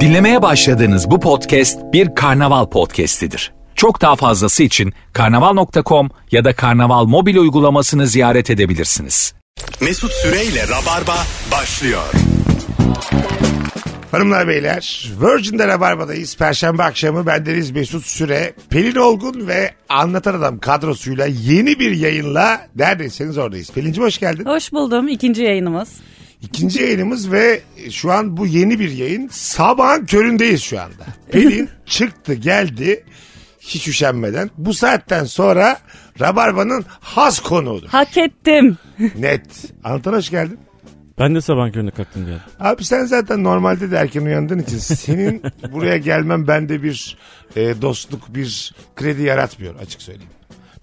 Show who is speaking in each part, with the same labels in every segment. Speaker 1: Dinlemeye başladığınız bu podcast bir karnaval podcastidir. Çok daha fazlası için karnaval.com ya da karnaval mobil uygulamasını ziyaret edebilirsiniz.
Speaker 2: Mesut Süreyle Rabarba başlıyor.
Speaker 3: Hanımlar beyler Virgin'de Rabarba'dayız. Perşembe akşamı bendeniz Mesut Süre, Pelin Olgun ve Anlatan Adam kadrosuyla yeni bir yayınla neredeyseniz oradayız. Pelin'cim hoş geldin.
Speaker 4: Hoş buldum ikinci yayınımız.
Speaker 3: İkinci yayınımız ve şu an bu yeni bir yayın. Sabahın köründeyiz şu anda. Pelin çıktı geldi hiç üşenmeden. Bu saatten sonra Rabarba'nın has konuğudur.
Speaker 4: Hak ettim.
Speaker 3: Net. Anlatan hoş geldin.
Speaker 5: Ben de sabah köründe kalktım geldim.
Speaker 3: Abi sen zaten normalde de erken uyandığın için senin buraya gelmen bende bir e, dostluk, bir kredi yaratmıyor açık söyleyeyim.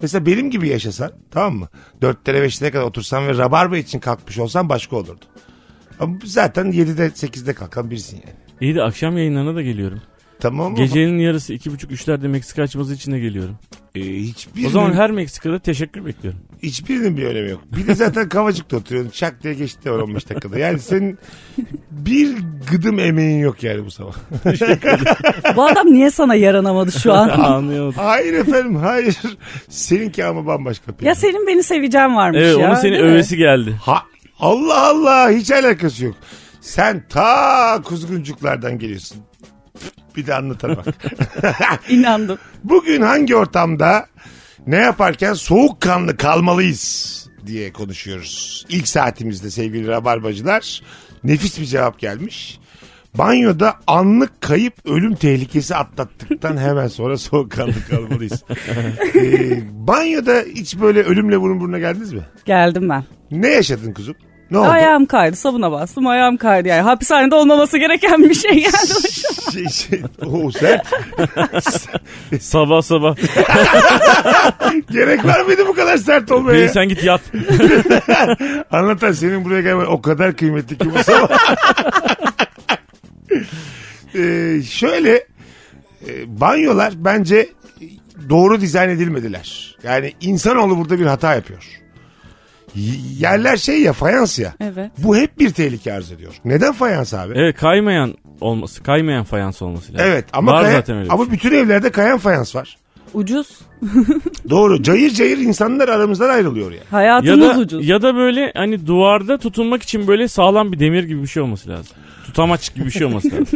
Speaker 3: Mesela benim gibi yaşasan tamam mı? Dörtlere beşlere kadar otursan ve rabarba için kalkmış olsan başka olurdu. Ama zaten 7'de 8'de kalkan birisin yani.
Speaker 5: İyi de akşam yayınlarına da geliyorum.
Speaker 3: Tamam mı?
Speaker 5: Gecenin yarısı iki buçuk üçlerde Meksika açması için de geliyorum.
Speaker 3: E, hiçbirinin,
Speaker 5: O zaman her Meksika'da teşekkür bekliyorum.
Speaker 3: hiçbirinin bir önemi yok. Bir de zaten kavacıkta oturuyorsun. Şak diye geçti de var 15 dakikada. Yani senin bir gıdım emeğin yok yani bu sabah.
Speaker 4: Bu adam niye sana yaranamadı şu an?
Speaker 5: Anlayamadım.
Speaker 3: Hayır efendim hayır. Seninki ama bambaşka.
Speaker 4: Ya senin beni seveceğim varmış
Speaker 5: Evet
Speaker 4: ya.
Speaker 5: onun seni
Speaker 4: değil mi?
Speaker 5: övesi geldi.
Speaker 3: Ha, Allah Allah hiç alakası yok. Sen ta kuzguncuklardan geliyorsun. Bir de anlatana bak.
Speaker 4: İnandım.
Speaker 3: Bugün hangi ortamda ne yaparken soğukkanlı kalmalıyız diye konuşuyoruz. İlk saatimizde sevgili rabarbacılar nefis bir cevap gelmiş. Banyoda anlık kayıp ölüm tehlikesi atlattıktan hemen sonra soğukkanlı kalmalıyız. Ee, banyoda hiç böyle ölümle burun buruna geldiniz mi?
Speaker 4: Geldim ben.
Speaker 3: Ne yaşadın kuzum? Ne oldu?
Speaker 4: Ayağım kaydı sabuna bastım ayağım kaydı yani. Hapishanede olmaması gereken bir şey geldi.
Speaker 3: şey, şey, o sert.
Speaker 5: Sabah sabah.
Speaker 3: Gerek var mıydı bu kadar sert olmaya?
Speaker 5: Beni
Speaker 3: ya?
Speaker 5: sen git yat.
Speaker 3: Anlatan senin buraya gelmen o kadar kıymetli ki bu sabah. Ee, şöyle e, banyolar bence doğru dizayn edilmediler. Yani insanoğlu burada bir hata yapıyor. Y- Yerler şey ya fayans ya.
Speaker 4: Evet.
Speaker 3: Bu hep bir tehlike arz ediyor. Neden fayans abi?
Speaker 5: Evet kaymayan olması. Kaymayan fayans olması lazım.
Speaker 3: Evet ama
Speaker 5: Var
Speaker 3: kaya-
Speaker 5: zaten öyle bir
Speaker 3: ama
Speaker 5: şey.
Speaker 3: bütün evlerde kayan fayans var.
Speaker 4: Ucuz.
Speaker 3: Doğru. Cayır cayır insanlar aramızdan ayrılıyor yani.
Speaker 5: Ya
Speaker 4: Hayatımız
Speaker 5: da,
Speaker 4: ucuz.
Speaker 5: ya da böyle hani duvarda tutunmak için böyle sağlam bir demir gibi bir şey olması lazım. Tutamaç gibi bir şey olması lazım.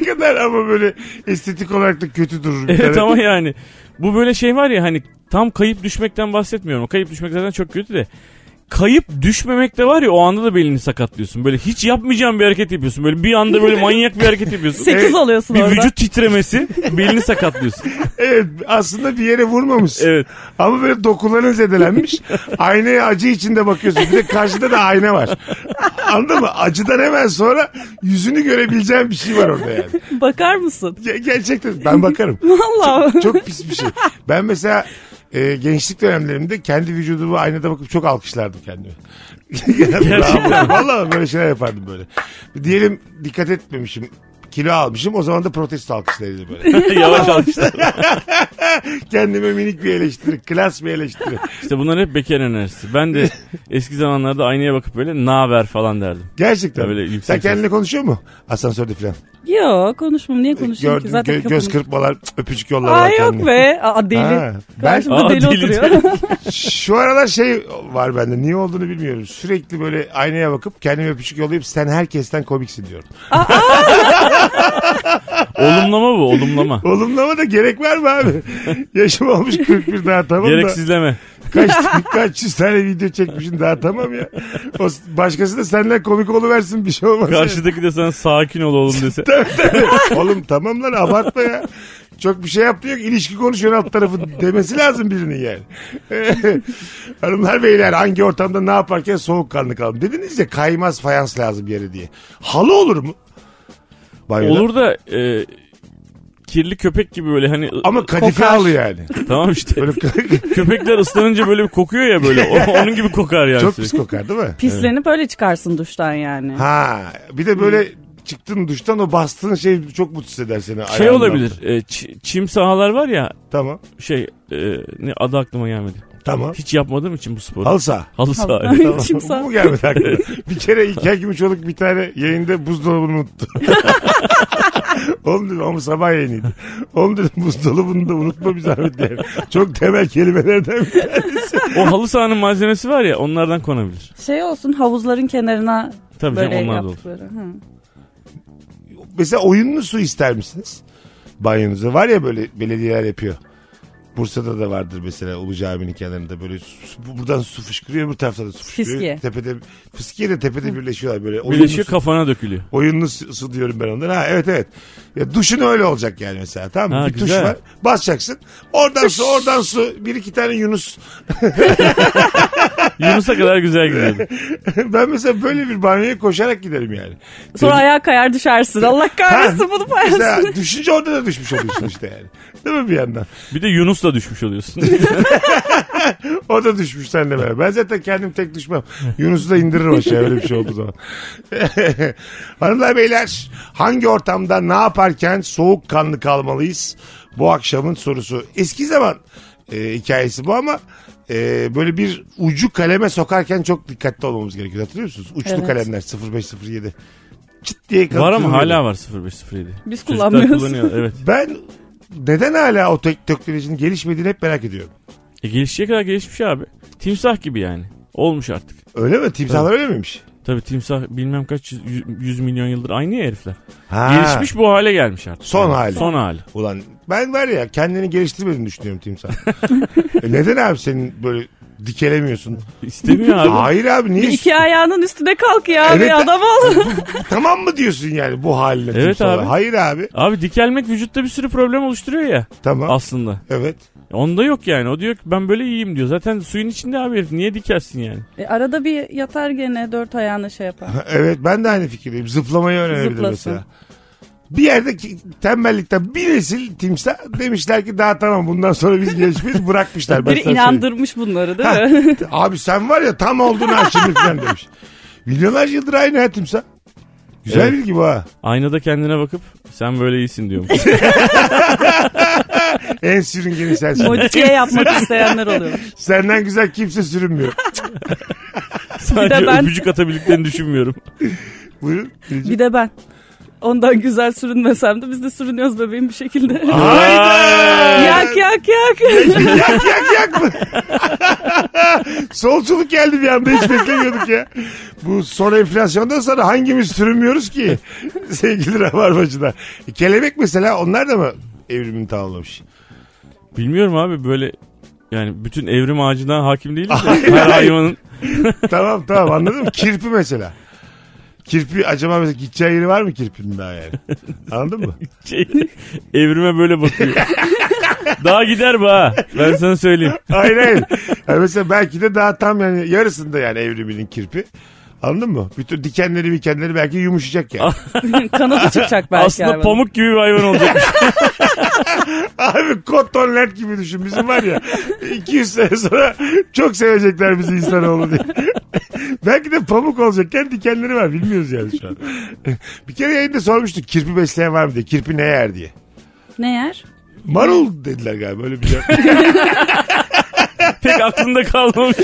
Speaker 3: ne kadar ama böyle estetik olarak da kötü durur. bir
Speaker 5: Evet
Speaker 3: tane.
Speaker 5: ama yani bu böyle şey var ya hani tam kayıp düşmekten bahsetmiyorum. O kayıp düşmek zaten çok kötü de. Kayıp düşmemek de var ya o anda da belini sakatlıyorsun. Böyle hiç yapmayacağın bir hareket yapıyorsun. Böyle bir anda böyle manyak bir hareket yapıyorsun.
Speaker 4: Sekiz
Speaker 3: Evet,
Speaker 4: alıyorsun
Speaker 5: E, bir
Speaker 4: orada.
Speaker 5: vücut titremesi belini sakatlıyorsun.
Speaker 3: Evet aslında bir yere vurmamışsın.
Speaker 5: Evet.
Speaker 3: Ama böyle dokuların zedelenmiş. Aynaya acı içinde bakıyorsun. Bir de karşıda da ayna var. Anladın mı? Acıdan hemen sonra yüzünü görebileceğin bir şey var orada yani.
Speaker 4: Bakar mısın?
Speaker 3: Ge- Gerçekten ben bakarım.
Speaker 4: Vallahi.
Speaker 3: Çok pis bir şey. Ben mesela e, gençlik dönemlerimde kendi vücudumu aynada bakıp çok alkışlardım kendimi. Gerçekten. Valla böyle şeyler yapardım böyle. Diyelim dikkat etmemişim kilo almışım o zaman da protesto alkışlarıydı böyle.
Speaker 5: Yavaş al işte.
Speaker 3: Kendime minik bir eleştiri, klas bir eleştiri.
Speaker 5: İşte bunlar hep bekar enerjisi. Ben de eski zamanlarda aynaya bakıp böyle naber falan derdim.
Speaker 3: Gerçekten.
Speaker 5: Böyle yüksek
Speaker 3: Sen
Speaker 5: ses.
Speaker 3: kendine konuşuyor mu? Asansörde falan.
Speaker 4: Yok konuşmam niye konuşayım ki
Speaker 3: Gördüm
Speaker 4: zaten
Speaker 3: gö- göz
Speaker 4: kapımı-
Speaker 3: kırpmalar, öpücük yollar
Speaker 4: Aa
Speaker 3: var kendine.
Speaker 4: yok be. Aa deli.
Speaker 3: Ha, ben-
Speaker 4: Karşımda
Speaker 5: Aa,
Speaker 4: deli,
Speaker 5: deli.
Speaker 4: oturuyor.
Speaker 3: Şu aralar şey var bende. Niye olduğunu bilmiyorum. Sürekli böyle aynaya bakıp kendime öpücük yollayıp sen herkesten komiksin diyorum.
Speaker 5: Olumlama bu olumlama.
Speaker 3: Olumlama da gerek var mı abi? Yaşım olmuş 41 daha tamam da.
Speaker 5: Gereksizleme.
Speaker 3: Kaç, kaç yüz tane video çekmişsin daha tamam ya. O, başkası da senden komik oluversin bir şey olmaz. yani.
Speaker 5: Karşıdaki de sana sakin ol oğlum dese.
Speaker 3: Oğlum tamam lan abartma ya. Çok bir şey yaptı yok. İlişki konuşuyor alt tarafı demesi lazım birinin yani. Hanımlar beyler hangi ortamda ne yaparken soğukkanlı kalın. Dediniz ya kaymaz fayans lazım bir yere diye. Halı olur mu? Banyoda.
Speaker 5: Olur da e, kirli köpek gibi böyle hani
Speaker 3: Ama kadife
Speaker 5: Kokar.
Speaker 3: halı yani.
Speaker 5: Tamam işte.
Speaker 3: Böyle
Speaker 5: Köpekler ıslanınca böyle bir kokuyor ya böyle. O- onun gibi kokar yani.
Speaker 3: çok pis
Speaker 5: sürekli.
Speaker 3: kokar değil mi?
Speaker 4: Pislenip öyle çıkarsın duştan yani.
Speaker 3: Ha bir de böyle çıktın duştan o bastığın şey çok mutsuz eder seni.
Speaker 5: Şey
Speaker 3: ayağından.
Speaker 5: olabilir. e, çi- çim sahalar var ya
Speaker 3: Tamam.
Speaker 5: şey e, ne adı aklıma gelmedi.
Speaker 3: Tamam.
Speaker 5: Hiç yapmadığım için bu sporu.
Speaker 3: Halı saha.
Speaker 5: Halı saha.
Speaker 4: Halı-
Speaker 5: evet.
Speaker 4: Kim sağ?
Speaker 3: Bu gelmedi aklıma. bir kere İlker Gümüşoluk bir tane yayında buzdolabını unuttu. Oğlum dedim ama sabah yayınıydı. Oğlum dedim buzdolabını da unutma bir zahmet diye. Çok temel kelimelerden bir tanesi.
Speaker 5: o halı sahanın malzemesi var ya onlardan konabilir.
Speaker 4: Şey olsun havuzların kenarına
Speaker 5: Tabii
Speaker 4: böyle
Speaker 5: canım onlar da olur.
Speaker 4: yaptıkları. Hı.
Speaker 3: Mesela oyunlu su ister misiniz? Banyonuza var ya böyle belediyeler yapıyor. Bursa'da da vardır mesela Ulu Cami'nin kenarında böyle su- buradan su fışkırıyor öbür tarafta da su fışkırıyor.
Speaker 4: Fiskiye.
Speaker 3: Tepede, fiskiye de tepede birleşiyorlar böyle. Oyunlu
Speaker 5: Birleşiyor
Speaker 3: su-
Speaker 5: kafana dökülüyor.
Speaker 3: Oyunlu su su diyorum ben ondan. Ha evet evet. Ya duşun öyle olacak yani mesela tamam mı?
Speaker 5: Ha,
Speaker 3: bir
Speaker 5: güzel.
Speaker 3: tuş var. Basacaksın. Oradan su oradan su. Bir iki tane Yunus.
Speaker 5: Yunus'a kadar güzel gidiyor.
Speaker 3: ben mesela böyle bir banyoya koşarak giderim yani.
Speaker 4: Sonra ayağa kayar düşersin. Allah kahretsin bunu paylaşsın.
Speaker 3: Mesela düşünce orada da düşmüş oluyorsun işte yani. Değil mi bir yandan?
Speaker 5: Bir de Yunus'la düşmüş oluyorsun.
Speaker 3: O da düşmüş seninle beraber. Ben zaten kendim tek düşmem. Yunus'u da indiririm aşağıya öyle bir şey olduğu zaman. Hanımlar beyler hangi ortamda ne yaparken soğukkanlı kalmalıyız? Bu akşamın sorusu. Eski zaman e, hikayesi bu ama e, böyle bir ucu kaleme sokarken çok dikkatli olmamız gerekiyor. Hatırlıyor musunuz? Uçlu
Speaker 4: Evet.
Speaker 3: kalemler 0507. Çıt diye
Speaker 5: var ama
Speaker 3: katılıyordu.
Speaker 5: hala var 0507.
Speaker 4: Biz
Speaker 5: Çocuklar
Speaker 4: kullanmıyoruz.
Speaker 5: kullanıyor, Evet.
Speaker 3: Ben neden hala o tek teknolojinin gelişmediğini hep merak ediyorum.
Speaker 5: E gelişecek kadar gelişmiş abi. Timsah gibi yani. Olmuş artık.
Speaker 3: Öyle mi? Timsahlar öyle miymiş?
Speaker 5: Tabii timsah bilmem kaç yüz, yüz- yüz milyon yıldır aynı ya herifler.
Speaker 3: Ha.
Speaker 5: Gelişmiş bu hale gelmiş artık.
Speaker 3: Son hali.
Speaker 5: Son hali.
Speaker 3: Ulan ben var ya kendini geliştirmediğini düşünüyorum timsah. E neden abi senin böyle dikelemiyorsun?
Speaker 5: İstemiyor abi.
Speaker 3: Hayır abi niye?
Speaker 4: Bir iki ayağının üstüne kalk ya
Speaker 3: Evet.
Speaker 4: bir adam ol.
Speaker 3: tamam mı diyorsun yani bu haline
Speaker 5: Evet
Speaker 3: timsahla?
Speaker 5: abi.
Speaker 3: Hayır abi.
Speaker 5: Abi dikelmek vücutta bir sürü problem oluşturuyor ya
Speaker 3: Tamam.
Speaker 5: aslında.
Speaker 3: evet.
Speaker 5: Onda yok yani. O diyor ki ben böyle iyiyim diyor. Zaten suyun içinde abi herif niye dikersin yani?
Speaker 4: E, arada bir yatar gene dört ayağını şey yapar.
Speaker 3: Evet ben de aynı fikirdeyim. Zıplamayı öğrenebilir
Speaker 4: Zıplasın.
Speaker 3: mesela. Bir yerde ki- tembellikten bir nesil timsah demişler ki daha tamam bundan sonra biz gelişmeyiz bırakmışlar. Ben
Speaker 4: Biri
Speaker 5: şey-
Speaker 3: sana
Speaker 4: inandırmış bunları değil mi?
Speaker 3: söyleyeyim. Abi sen var ya tam oldun ha şimdi falan demiş. Milyonlarca yıldır aynı ha timsah. Güzel
Speaker 5: Evet.
Speaker 3: bilgi bu ha.
Speaker 5: Aynada kendine bakıp sen böyle iyisin diyorum.
Speaker 3: En sürüngeni sensin.
Speaker 4: Modifiye yapmak isteyenler oluyor.
Speaker 3: Senden güzel kimse sürünmüyor.
Speaker 5: Sadece
Speaker 4: ben-
Speaker 5: öpücük atabildiklerini düşünmüyorum.
Speaker 3: Buyurun. Gülcüm.
Speaker 4: Bir de ben. Ondan güzel sürünmesem de biz de sürünüyoruz bebeğim bir şekilde.
Speaker 3: Hayda!
Speaker 4: yak yak yak.
Speaker 3: yak yak yak mı? Solculuk geldi bir anda hiç beklemiyorduk ya. Bu son enflasyondan sonra hangimiz sürünmüyoruz ki? Sevgili Rabarbacı'da. E, kelebek mesela onlar da mı evrimini tamamlamış?
Speaker 5: Bilmiyorum abi böyle yani bütün evrim ağacına hakim değilim
Speaker 3: Hayır,
Speaker 5: de her
Speaker 3: hayır.
Speaker 5: hayvanın
Speaker 3: tamam tamam anladım. Kirpi mesela. Kirpi acaba mesela gideceği yeri var mı kirpinin daha yani? Anladın mı?
Speaker 5: şey, evrime böyle bakıyor. Daha gider bu ha. Ben sana söyleyeyim.
Speaker 3: Hayır hayır. Yani mesela belki de daha tam yani yarısında yani evriminin kirpi. Anladın mı? Bütün dikenleri dikenleri belki yumuşayacak yani.
Speaker 4: Kanadı çıkacak belki.
Speaker 5: Aslında
Speaker 4: hayvanın.
Speaker 5: pamuk gibi bir hayvan olacak.
Speaker 3: Abi Cotton Land gibi düşün. Bizim var ya 200 sene sonra çok sevecekler bizi insanoğlu diye. Belki de pamuk olacakken dikenleri var. Bilmiyoruz yani şu an. Bir kere yayında sormuştuk kirpi besleyen var mı diye. Kirpi ne yer diye.
Speaker 4: Ne yer?
Speaker 3: Marul dediler galiba öyle bir şey.
Speaker 5: Pek aklında kalmamış.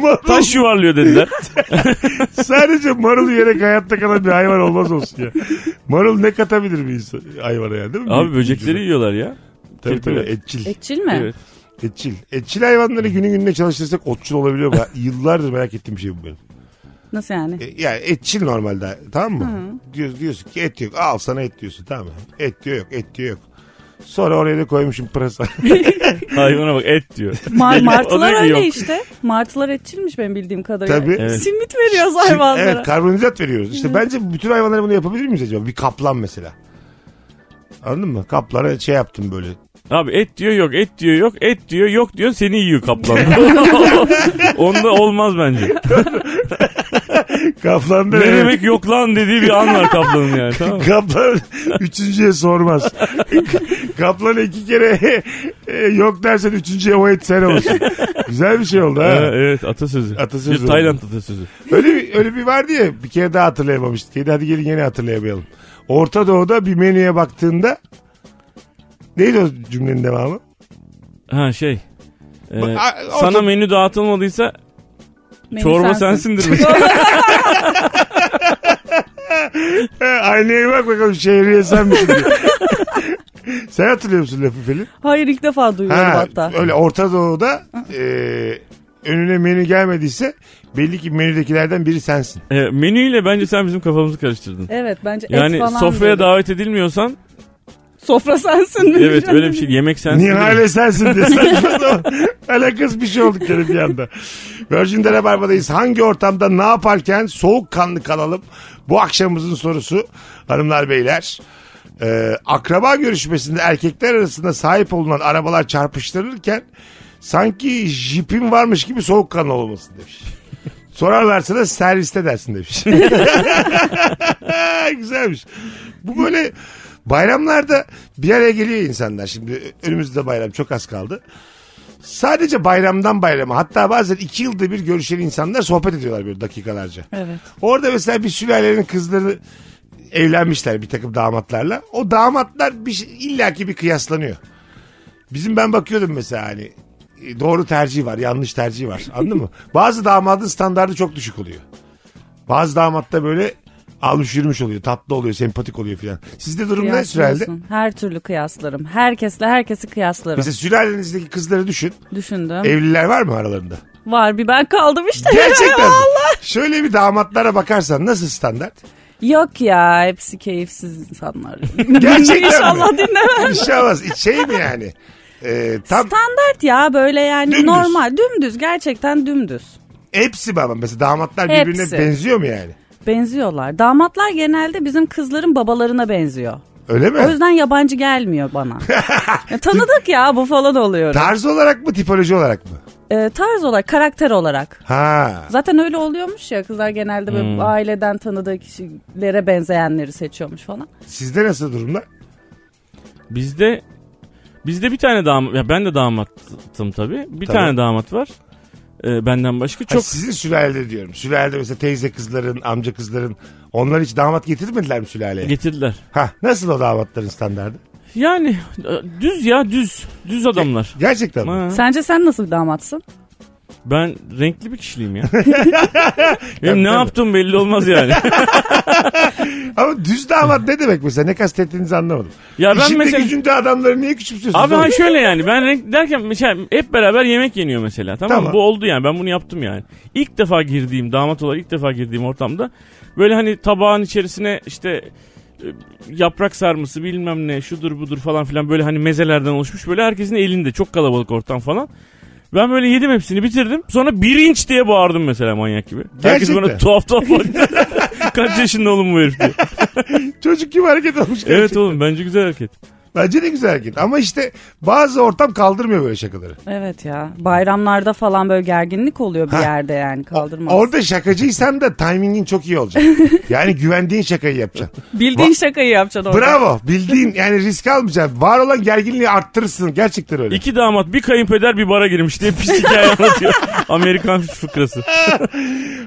Speaker 3: marul,
Speaker 5: Taş yuvarlıyor dediler.
Speaker 3: sadece marul yiyerek hayatta kalan bir hayvan olmaz olsun ya. Marul ne katabilir bir insan, hayvana yani değil mi?
Speaker 5: Abi böcekleri yiyorlar ya.
Speaker 3: Tabii tabii
Speaker 5: kirpiler.
Speaker 3: etçil.
Speaker 4: Etçil mi?
Speaker 5: Evet.
Speaker 3: Etçil. Etçil hayvanları günü gününe çalıştırsak otçul olabiliyor. Ben yıllardır merak ettiğim bir şey bu benim.
Speaker 4: Nasıl yani?
Speaker 3: E, Yani etçil normalde tamam mı? Diyoruz, diyorsun ki et yok. Al sana et diyorsun tamam mı? Et diyor yok et diyor yok. Sonra oraya da koymuşum pırasa.
Speaker 5: Hayvana bak et diyor.
Speaker 4: Mar-
Speaker 5: Belli- O da
Speaker 4: martılar
Speaker 5: yok.
Speaker 4: öyle işte. Martılar etçilmiş benim bildiğim kadarıyla.
Speaker 3: Tabii.
Speaker 5: Evet.
Speaker 4: Simit veriyoruz hayvanlara.
Speaker 3: evet karbonhidrat veriyoruz. İşte bence bütün hayvanlara bunu yapabilir miyiz acaba? Bir kaplan mesela. Anladın mı? Kaplara şey yaptım böyle.
Speaker 5: Abi et diyor yok, et diyor yok, et diyor yok diyor seni yiyor kaplan. Onda olmaz bence.
Speaker 3: Kaplan da
Speaker 5: Ne demek yok lan dediği bir an var kaplanın yani tamam mı?
Speaker 3: Kaplan üçüncüye sormaz. Kaplan iki kere e, yok dersen üçüncüye o et sen olsun. Güzel bir şey oldu ha.
Speaker 5: Ha, evet atasözü.
Speaker 3: Atasözü.
Speaker 5: Bir Tayland atasözü.
Speaker 3: Öyle bir, öyle bir vardı ya bir kere daha hatırlayamamıştık. Hadi, hadi gelin yine hatırlayamayalım. Orta Doğu'da bir menüye baktığında neydi o cümlenin devamı?
Speaker 5: Ha şey. Ee,
Speaker 3: a- o-
Speaker 5: sana menü dağıtılmadıysa
Speaker 4: Menü
Speaker 5: çorba
Speaker 4: sensin.
Speaker 5: sensindir.
Speaker 3: He, E, Aynaya bak bakalım şehriye sen misin diye. sen hatırlıyor musun lafı Pelin?
Speaker 4: Hayır ilk defa duyuyorum
Speaker 3: Ha,
Speaker 4: hatta.
Speaker 3: öyle Orta Doğu'da e, önüne menü gelmediyse belli ki menüdekilerden biri sensin.
Speaker 5: Ee, menüyle bence sen bizim kafamızı karıştırdın.
Speaker 4: Evet bence et
Speaker 5: Yani
Speaker 4: falan.
Speaker 5: sofraya
Speaker 4: diyordu.
Speaker 5: davet edilmiyorsan
Speaker 4: Sofra sensin mi?
Speaker 5: evet öyle bir şey yemek sensin.
Speaker 3: Nihale sensin diye saçma sapan. Alakasız bir şey olduk yani bir anda. Virgin'de Rabarba'dayız. Hangi ortamda ne yaparken soğukkanlı kalalım? Bu akşamımızın sorusu hanımlar beyler. Ee, akraba görüşmesinde erkekler arasında sahip olunan arabalar çarpıştırırken sanki jipim varmış gibi soğukkanlı olmasın demiş. Sorarlarsa da serviste dersin demiş. Güzelmiş. Bu böyle bayramlarda bir araya geliyor insanlar. Şimdi önümüzde bayram çok az kaldı. Sadece bayramdan bayrama hatta bazen iki yılda bir görüşen insanlar sohbet ediyorlar böyle dakikalarca.
Speaker 4: Evet.
Speaker 3: Orada mesela bir sülalenin kızları evlenmişler bir takım damatlarla. O damatlar bir şey, illaki bir kıyaslanıyor. Bizim ben bakıyordum mesela hani e, doğru tercih var yanlış tercih var anladın mı? Bazı damadın standardı çok düşük oluyor. Bazı damatta böyle almış yürümüş oluyor tatlı oluyor sempatik oluyor filan. Sizde durum ne sürelde?
Speaker 4: Kıyaslıyorsun. Her türlü kıyaslarım. Herkesle herkesi kıyaslarım.
Speaker 3: Mesela sülalenizdeki kızları düşün.
Speaker 4: Düşündüm.
Speaker 3: Evliler var mı aralarında?
Speaker 4: Var bir ben kaldım işte.
Speaker 3: Gerçekten. mi? Şöyle bir damatlara bakarsan nasıl standart?
Speaker 4: Yok ya hepsi keyifsiz insanlar.
Speaker 3: Gerçekten mi?
Speaker 4: İnşallah dinlemez.
Speaker 3: Bir şey olmaz. Şey mi yani? Ee, tam
Speaker 4: Standart ya böyle yani
Speaker 3: Dümdüz.
Speaker 4: normal dümdüz gerçekten dümdüz.
Speaker 3: hepsi mi ama mesela damatlar
Speaker 4: Hepsi.
Speaker 3: birbirine benziyor mu yani?
Speaker 4: Benziyorlar. Damatlar genelde bizim kızların babalarına benziyor.
Speaker 3: Öyle mi?
Speaker 4: O yüzden yabancı gelmiyor bana. Ya tanıdık ya bu falan oluyor.
Speaker 3: Tarz olarak mı tipoloji olarak mı?
Speaker 4: Ee, tarz olarak karakter olarak.
Speaker 3: Ha.
Speaker 4: Zaten öyle oluyormuş ya kızlar genelde böyle aileden tanıdığı kişilere benzeyenleri seçiyormuş falan.
Speaker 3: Sizde nasıl durumlar?
Speaker 5: Bizde bizde bir tane damat ya ben de damattım tabii. Bir
Speaker 3: Tabii.
Speaker 5: tane damat var. Ee, benden başka
Speaker 3: Çok...
Speaker 5: çok
Speaker 3: sizin sülalede diyorum. Sülalede mesela teyze kızların, amca kızların onlar hiç damat getirmediler mi sülaleye?
Speaker 5: getirdiler.
Speaker 3: ha, nasıl o damatların standardı?
Speaker 5: Yani e, düz ya düz. Düz adamlar.
Speaker 3: Gerçekten mi?
Speaker 5: Ha,
Speaker 4: Sence sen nasıl bir damatsın?
Speaker 5: ben renkli bir kişiliğim ya. Benim ne yaptığım belli olmaz yani.
Speaker 3: Ama düz damat ne demek mesela? Ne kastettiğinizi anlamadım.
Speaker 5: Ya ben
Speaker 3: İşinde
Speaker 5: mesela-
Speaker 3: gücünde adamları niye küçümsüyorsunuz?
Speaker 5: Abi
Speaker 3: oğlum?
Speaker 5: ha şöyle yani ben renk derken mesela hep beraber yemek yeniyor mesela tamam,
Speaker 3: Tamam.
Speaker 5: mı? Bu oldu yani ben bunu yaptım yani. İlk defa girdiğim damat olarak ilk defa girdiğim ortamda böyle hani tabağın içerisine işte e, yaprak sarması bilmem ne şudur budur falan filan böyle hani mezelerden oluşmuş böyle herkesin elinde çok kalabalık ortam falan. Ben böyle yedim hepsini bitirdim. Sonra birinç diye bağırdım mesela manyak gibi. Herkes
Speaker 3: Gerçekten.
Speaker 5: bana tuhaf tuhaf baktı. Kaç yaşında oğlum bu herif diye.
Speaker 3: Çocuk gibi hareket olmuş.
Speaker 5: Evet oğlum bence güzel hareket.
Speaker 3: Bence de güzel hareket. Ama işte bazı ortam kaldırmıyor böyle şakaları.
Speaker 4: Evet ya bayramlarda falan böyle gerginlik oluyor bir yerde yani kaldırmaz.
Speaker 3: Orada şakacıysan da timingin çok iyi olacak. Yani güvendiğin şakayı yapacaksın.
Speaker 4: Bildiğin şakayı yapacaksın orada.
Speaker 3: Bravo. Bildiğin yani risk almayacaksın. Var olan gerginliği arttırırsın. Gerçekten öyle.
Speaker 5: İki damat bir kayınpeder bir bara girmiş diye pis hikaye anlatıyor. Amerikan fıkrası.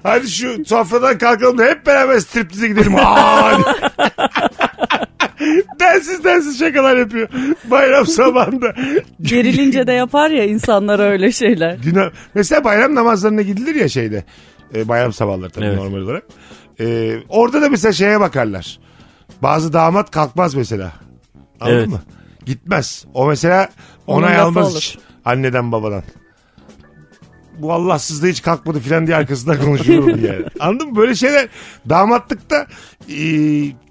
Speaker 3: Hadi şu sofradan kalkalım da hep beraber striptize gidelim. Aa! densiz densiz şakalar yapıyor. Bayram sabahında.
Speaker 4: Gerilince de yapar ya insanlar öyle şeyler.
Speaker 3: Günah. Mesela bayram namazlarına gidilir ya şeyde. E, bayram sabahları tabii
Speaker 5: Evet.
Speaker 3: normal olarak. E, orada da mesela şeye bakarlar. Bazı damat kalkmaz mesela. Anladın
Speaker 5: Evet.
Speaker 3: mı? Gitmez. O mesela onay
Speaker 4: Onun lafı
Speaker 3: almaz
Speaker 4: olur.
Speaker 3: hiç anneden babadan. Bu Allahsız da hiç kalkmadı filan diye arkasından konuşuyorum yani. Anladın mı? Böyle şeyler damatlıkta e,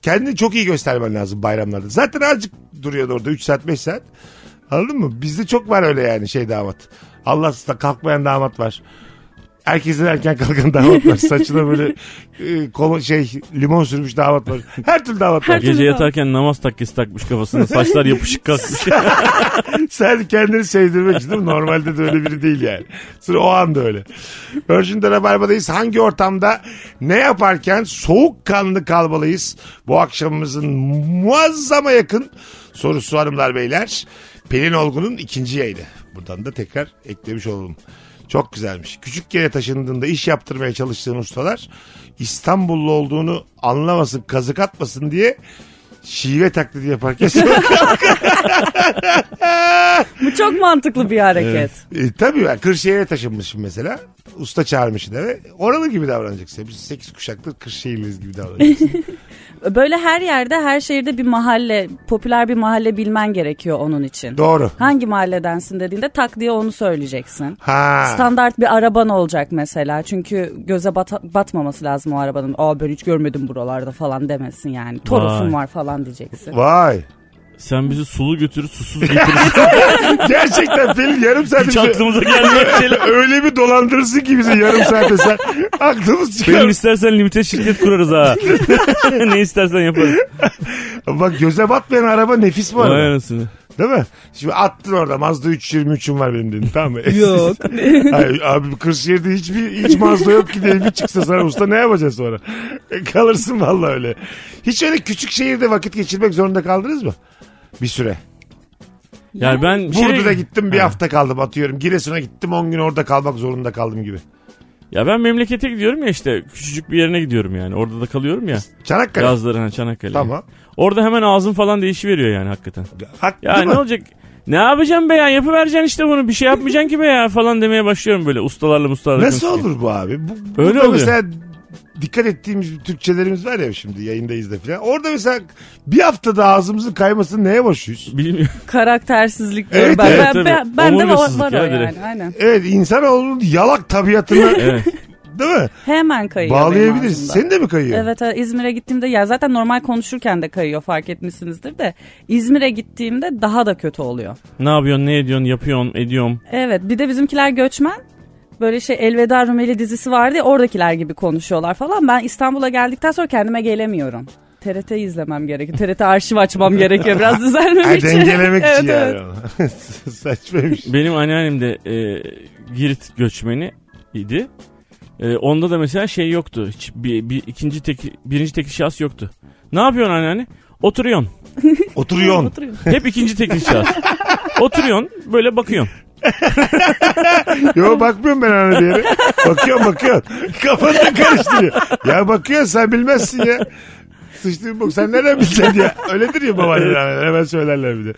Speaker 3: kendini çok iyi göstermen lazım bayramlarda. Zaten azıcık duruyordu orada 3 saat 5 saat. Anladın mı? Bizde çok var öyle yani şey damat. Allahsız da kalkmayan damat var. Herkesten erken kalkan damat var. Saçına böyle e, kola, şey limon sürmüş damat var. Her türlü damat var.
Speaker 5: Gece yatarken namaz takkesi takmış kafasına. Saçlar yapışık kalkmış.
Speaker 3: Sen kendini sevdirmek için değil mi? Normalde de öyle biri değil yani. Sıra o anda öyle. Virgin'de Rabarba'dayız. Hangi ortamda ne yaparken soğukkanlı kalmalıyız? Bu akşamımızın muazzama yakın sorusu hanımlar beyler. Pelin Olgun'un ikinci yayını. Buradan da tekrar eklemiş olalım. Çok güzelmiş. Küçük yere taşındığında iş yaptırmaya çalıştığın ustalar İstanbullu olduğunu anlamasın, kazık atmasın diye şive taklidi yaparken
Speaker 4: Bu çok mantıklı bir hareket.
Speaker 3: E, tabii ben Kırşehir'e taşınmışım mesela. Usta çağırmışsın eve. Oralı gibi davranacaksın. Biz 8 kuşaktır Kırşehirliyiz gibi davranacaksın.
Speaker 4: Böyle her yerde her şehirde bir mahalle popüler bir mahalle bilmen gerekiyor onun için.
Speaker 3: Doğru.
Speaker 4: Hangi mahalledensin dediğinde tak diye onu söyleyeceksin.
Speaker 3: Ha.
Speaker 4: Standart bir araban olacak mesela. Çünkü göze bata- batmaması lazım o arabanın. Aa ben hiç görmedim buralarda falan demesin yani. Torosum var falan diyeceksin.
Speaker 3: Vay.
Speaker 5: Sen bizi sulu götürür susuz getirirsin.
Speaker 3: Gerçekten Pelin yarım saat
Speaker 5: Hiç aklımıza gelmeyen şeyler.
Speaker 3: öyle bir dolandırırsın ki bizi yarım saate sen. Aklımız
Speaker 5: Benim
Speaker 3: çıkar.
Speaker 5: istersen limite şirket kurarız ha. ne istersen yaparız.
Speaker 3: Bak göze batmayan araba nefis var.
Speaker 5: Vay anasını.
Speaker 3: Değil mi? Şimdi attın orada Mazda 323'üm var benim dedin tamam mı?
Speaker 4: Yok.
Speaker 3: Hayır, abi Kırşehir'de hiçbir hiç Mazda yok ki diye bir çıksa sana usta ne yapacaksın sonra? E, Kalırsın valla öyle. Hiç öyle küçük şehirde vakit geçirmek zorunda kaldınız mı? Bir süre.
Speaker 5: Yani ben şey-
Speaker 3: Burdur'a gittim bir hafta kaldım atıyorum. Giresun'a gittim 10 gün orada kalmak zorunda kaldım gibi.
Speaker 5: Ya ben memlekete gidiyorum ya işte küçücük bir yerine gidiyorum yani. Orada da kalıyorum ya.
Speaker 3: Çanakkale.
Speaker 5: Yazları ha Çanakkale.
Speaker 3: Tamam.
Speaker 5: Orada hemen ağzım falan değişiveriyor yani hakikaten.
Speaker 3: Haklı
Speaker 5: Ya
Speaker 3: mı?
Speaker 5: ne olacak? Ne yapacaksın be ya? Yapıvereceksin işte bunu. Bir şey yapmayacaksın ki be ya falan demeye başlıyorum böyle ustalarla ustalarla.
Speaker 3: Nasıl
Speaker 5: konuşurken.
Speaker 3: olur bu abi? Bu,
Speaker 5: Öyle
Speaker 3: burada
Speaker 5: oluyor.
Speaker 3: Mesela dikkat ettiğimiz Türkçelerimiz var ya şimdi yayındayız da filan. Orada mesela bir haftada ağzımızın kaymasını neye boşuyuz?
Speaker 5: Bilmiyorum.
Speaker 4: Karaktersizlik diyor
Speaker 3: Evet,
Speaker 4: ben.
Speaker 5: evet,
Speaker 4: ben,
Speaker 5: tabii.
Speaker 4: ben, ben de var, var
Speaker 5: Omurgasızlık
Speaker 4: o
Speaker 5: ya direkt.
Speaker 4: yani. Aynen.
Speaker 3: Evet insanoğlunun yalak tabiatını
Speaker 5: Evet.
Speaker 3: değil mi?
Speaker 4: Hemen kayıyor benim
Speaker 3: Bağlayabiliriz.
Speaker 4: ağzımda.
Speaker 3: Seni de mi kayıyor?
Speaker 4: Evet evet, İzmir'e gittiğimde ya zaten normal konuşurken de kayıyor fark etmişsinizdir de İzmir'e gittiğimde daha da kötü oluyor.
Speaker 5: Ne yapıyorsun, ne ediyorsun, yapıyorsun, ediyorum.
Speaker 4: Evet bir de bizimkiler göçmen böyle şey Elveda Rumeli dizisi vardı ya oradakiler gibi konuşuyorlar falan. Ben İstanbul'a geldikten sonra kendime gelemiyorum. TRT izlemem gerekiyor. TRT arşiv açmam gerekiyor biraz düzelmem
Speaker 3: Ha,
Speaker 4: için.
Speaker 3: dengelemek için
Speaker 4: Evet, evet.
Speaker 3: yani. şey. onu. Saçmaymış.
Speaker 5: Benim anneannem de e, Girit göçmeni idi. E, onda da mesela şey yoktu. Hiç bir, bir ikinci tek birinci tekil şahıs yoktu. Ne yapıyorsun anneanne? Oturuyorsun.
Speaker 3: Oturuyorsun.
Speaker 4: Oturuyorum.
Speaker 5: Hep ikinci tekil şahıs. Oturuyorsun böyle bakıyorsun.
Speaker 3: Yo bakmıyorum ben öyle bir yere. Bakıyorum bakıyorum. Kafanı karıştırıyor. Ya bakıyorsun sen bilmezsin ya. Sıçtığın bok sen nereden bileceksin ya. Öyledir ya babaanneler hemen söylerler bir de.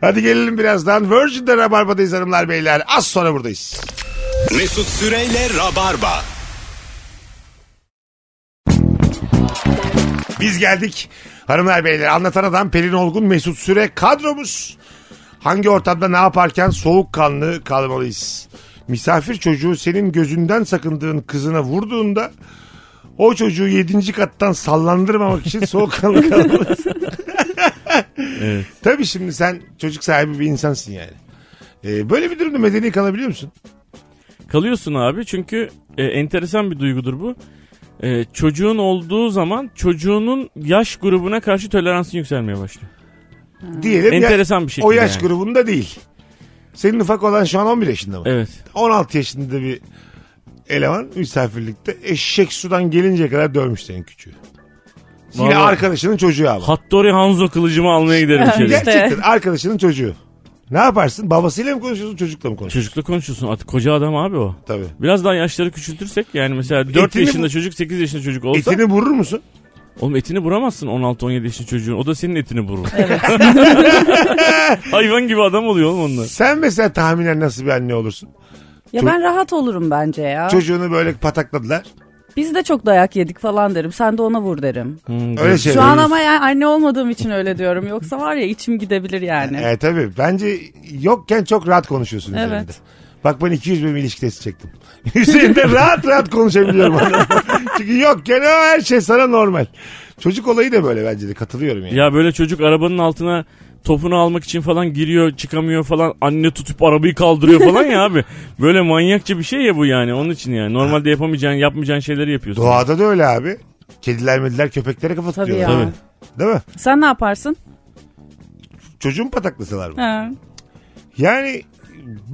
Speaker 3: Hadi gelelim birazdan. Virgin'de Rabarba'dayız hanımlar beyler. Az sonra buradayız.
Speaker 2: Mesut Süreyle Rabarba.
Speaker 3: Biz geldik. Hanımlar beyler anlatan adam Pelin Olgun Mesut Süre kadromuz. Hangi ortamda ne yaparken soğukkanlı kalmalıyız? Misafir çocuğu senin gözünden sakındığın kızına vurduğunda o çocuğu yedinci kattan sallandırmamak için soğukkanlı kalmalıyız.
Speaker 5: Evet.
Speaker 3: Tabii şimdi sen çocuk sahibi bir insansın yani. Ee, böyle bir durumda medeni kalabiliyor musun?
Speaker 5: Kalıyorsun abi çünkü e, enteresan bir duygudur bu. E, çocuğun olduğu zaman çocuğunun yaş grubuna karşı toleransın yükselmeye başlıyor.
Speaker 3: Diyelim ya-
Speaker 5: Enteresan bir şekilde
Speaker 3: o yaş
Speaker 5: yani.
Speaker 3: grubunda değil. Senin ufak olan şu an 11 yaşında mı?
Speaker 5: Evet.
Speaker 3: 16 yaşında bir eleman misafirlikte eşek sudan gelinceye kadar dövmüş senin küçüğü. Yine
Speaker 5: Vallahi-
Speaker 3: arkadaşının çocuğu ama.
Speaker 5: Hattori Hanzo kılıcımı almaya giderim içeri.
Speaker 4: İşte.
Speaker 3: Gerçekten arkadaşının çocuğu. Ne yaparsın? Babasıyla mı konuşuyorsun çocukla mı konuşuyorsun?
Speaker 5: Çocukla konuşuyorsun artık koca adam abi o.
Speaker 3: Tabii.
Speaker 5: Biraz daha yaşları küçültürsek yani mesela 4
Speaker 3: Etini
Speaker 5: yaşında
Speaker 3: bu-
Speaker 5: çocuk 8 yaşında çocuk olsa
Speaker 3: Etini vurur musun?
Speaker 5: oğlum etini vuramazsın 16-17 yaşında çocuğun o da senin etini vurur. Hayvan gibi adam oluyor oğlum onlar.
Speaker 3: Sen mesela tahminen nasıl bir anne olursun?
Speaker 4: Ya
Speaker 3: Ço-
Speaker 4: ben rahat olurum bence ya.
Speaker 3: Çocuğunu böyle patakladılar.
Speaker 4: Biz de çok dayak yedik falan derim. Sen de ona vur derim.
Speaker 5: Hmm,
Speaker 3: Öyle şey.
Speaker 4: Şu an
Speaker 3: Öyle-
Speaker 4: ama yani anne olmadığım için öyle diyorum. Yoksa var ya içim gidebilir yani.
Speaker 3: E, tabii. Bence yokken çok rahat konuşuyorsun
Speaker 4: Evet.
Speaker 3: üzerinde. Bak ben 200 bölüm ilişki testi çektim. Üzerinde rahat rahat konuşabiliyorum. Çünkü yokken o her şey sana normal. Çocuk olayı da böyle bence de katılıyorum yani.
Speaker 5: Ya böyle çocuk arabanın altına topunu almak için falan giriyor çıkamıyor falan anne tutup arabayı kaldırıyor falan ya abi. Böyle manyakça bir şey ya bu yani onun için yani. Normalde yapamayacağın yapmayacağın şeyleri yapıyorsun.
Speaker 3: Doğada da öyle abi. Kediler mediler köpeklere kafa
Speaker 4: Tabii
Speaker 3: tutuyorlar.
Speaker 4: ya.
Speaker 3: Değil mi?
Speaker 4: Sen ne yaparsın?
Speaker 3: Çocuğun pataklasalar mı?
Speaker 4: Ha.
Speaker 3: Yani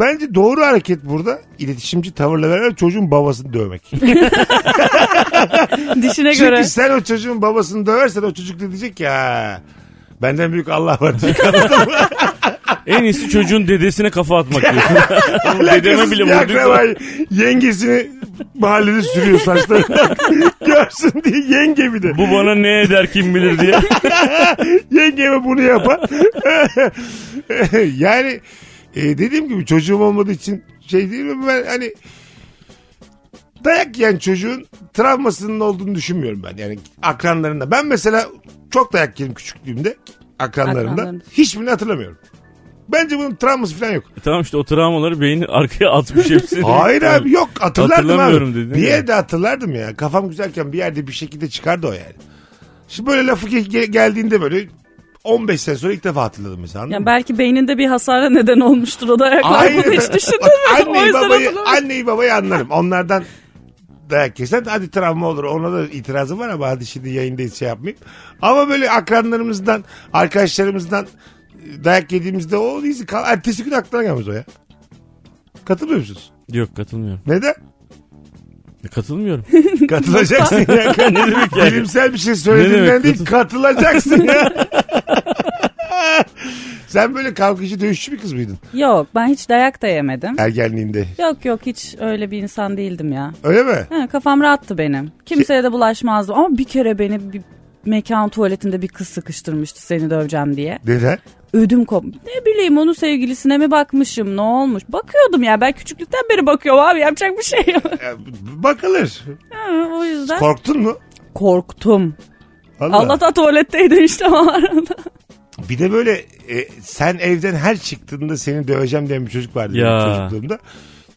Speaker 3: bence doğru hareket burada iletişimci tavırla beraber çocuğun babasını dövmek.
Speaker 4: Dişine
Speaker 3: Çünkü
Speaker 4: göre.
Speaker 3: sen o çocuğun babasını döversen o çocuk da diyecek ki "Ha, benden büyük Allah var diyecek.
Speaker 5: En iyisi çocuğun dedesine kafa atmak diyorsun. Dedeme
Speaker 3: Alakasız
Speaker 5: bile
Speaker 3: bir
Speaker 5: vurduysa.
Speaker 3: akrabayı, yengesini mahallede sürüyor saçlarından. Görsün diye yenge bir de.
Speaker 5: Bu bana ne eder kim bilir diye.
Speaker 3: Yengeme bunu yapar. yani e, dediğim gibi çocuğum olmadığı için şey değil mi ben hani dayak yiyen çocuğun travmasının olduğunu düşünmüyorum ben. Yani akranlarında. Ben mesela çok dayak yedim küçüklüğümde akranlarımda.
Speaker 4: Akranlarında.
Speaker 3: Hiçbirini hatırlamıyorum. Bence bunun travması falan yok.
Speaker 5: E tamam işte o travmaları beyni arkaya atmış hepsini.
Speaker 3: Hayır
Speaker 5: Tamam.
Speaker 3: abi yok hatırlardım
Speaker 5: Hatırlamıyorum
Speaker 3: abi.
Speaker 5: dedin
Speaker 3: Bir
Speaker 5: ya.
Speaker 3: yerde hatırlardım ya. Kafam güzelken bir yerde bir şekilde çıkardı o yani. Şimdi böyle lafı ge- ge- geldiğinde böyle 15 sene sonra ilk defa hatırladım mesela. anladın
Speaker 4: Yani
Speaker 3: mı?
Speaker 4: belki beyninde bir hasara neden olmuştur o dayaklar
Speaker 3: Hayır.
Speaker 4: bunu hiç düşündün
Speaker 3: Bak,
Speaker 4: mü? O
Speaker 3: Anneyi
Speaker 4: yüzden
Speaker 3: babayı,
Speaker 4: hatırlamıyorum.
Speaker 3: anneyi babayı anlarım. Onlardan dayak yesen hadi travma olur. Ona da itirazım var ama hadi şimdi yayında hiç şey yapmayayım. Ama böyle akranlarımızdan, arkadaşlarımızdan e, dayak yediğimizde o değilse kal- ertesi gün aklına gelmez o ya. Katılmıyor musunuz?
Speaker 5: Yok katılmıyorum.
Speaker 3: Neden?
Speaker 5: Katılmıyorum.
Speaker 3: Katılacaksın ya.
Speaker 5: yani?
Speaker 3: Bilimsel bir şey
Speaker 5: Ne
Speaker 3: söylediğinden
Speaker 5: demek?
Speaker 3: değil katılacaksın ya. Sen böyle kavgacı dövüşçü bir kız mıydın
Speaker 4: Yok ben hiç dayak da yemedim.
Speaker 3: ergenliğinde?
Speaker 4: Yok yok hiç öyle bir insan değildim ya.
Speaker 3: Öyle mi?
Speaker 4: Ha, kafam rahattı benim. Kimseye de bulaşmazdım ama bir kere beni bir mekan tuvaletinde bir kız sıkıştırmıştı seni döveceğim diye.
Speaker 3: Neden?
Speaker 4: Ödüm kop. Ne bileyim onun sevgilisine mi bakmışım ne olmuş? Bakıyordum ya ben küçüklükten beri bakıyorum abi yapacak bir şey yok.
Speaker 3: Ya, Bakılır.
Speaker 4: Ha, o yüzden
Speaker 3: Korktun mu?
Speaker 4: korktum.
Speaker 3: Allah.
Speaker 4: Allah'tan tuvaletteydim işte o arada.
Speaker 3: Bir de böyle e, sen evden her çıktığında seni döveceğim diyen bir çocuk vardı
Speaker 5: Ya.
Speaker 3: benim çocukluğumda.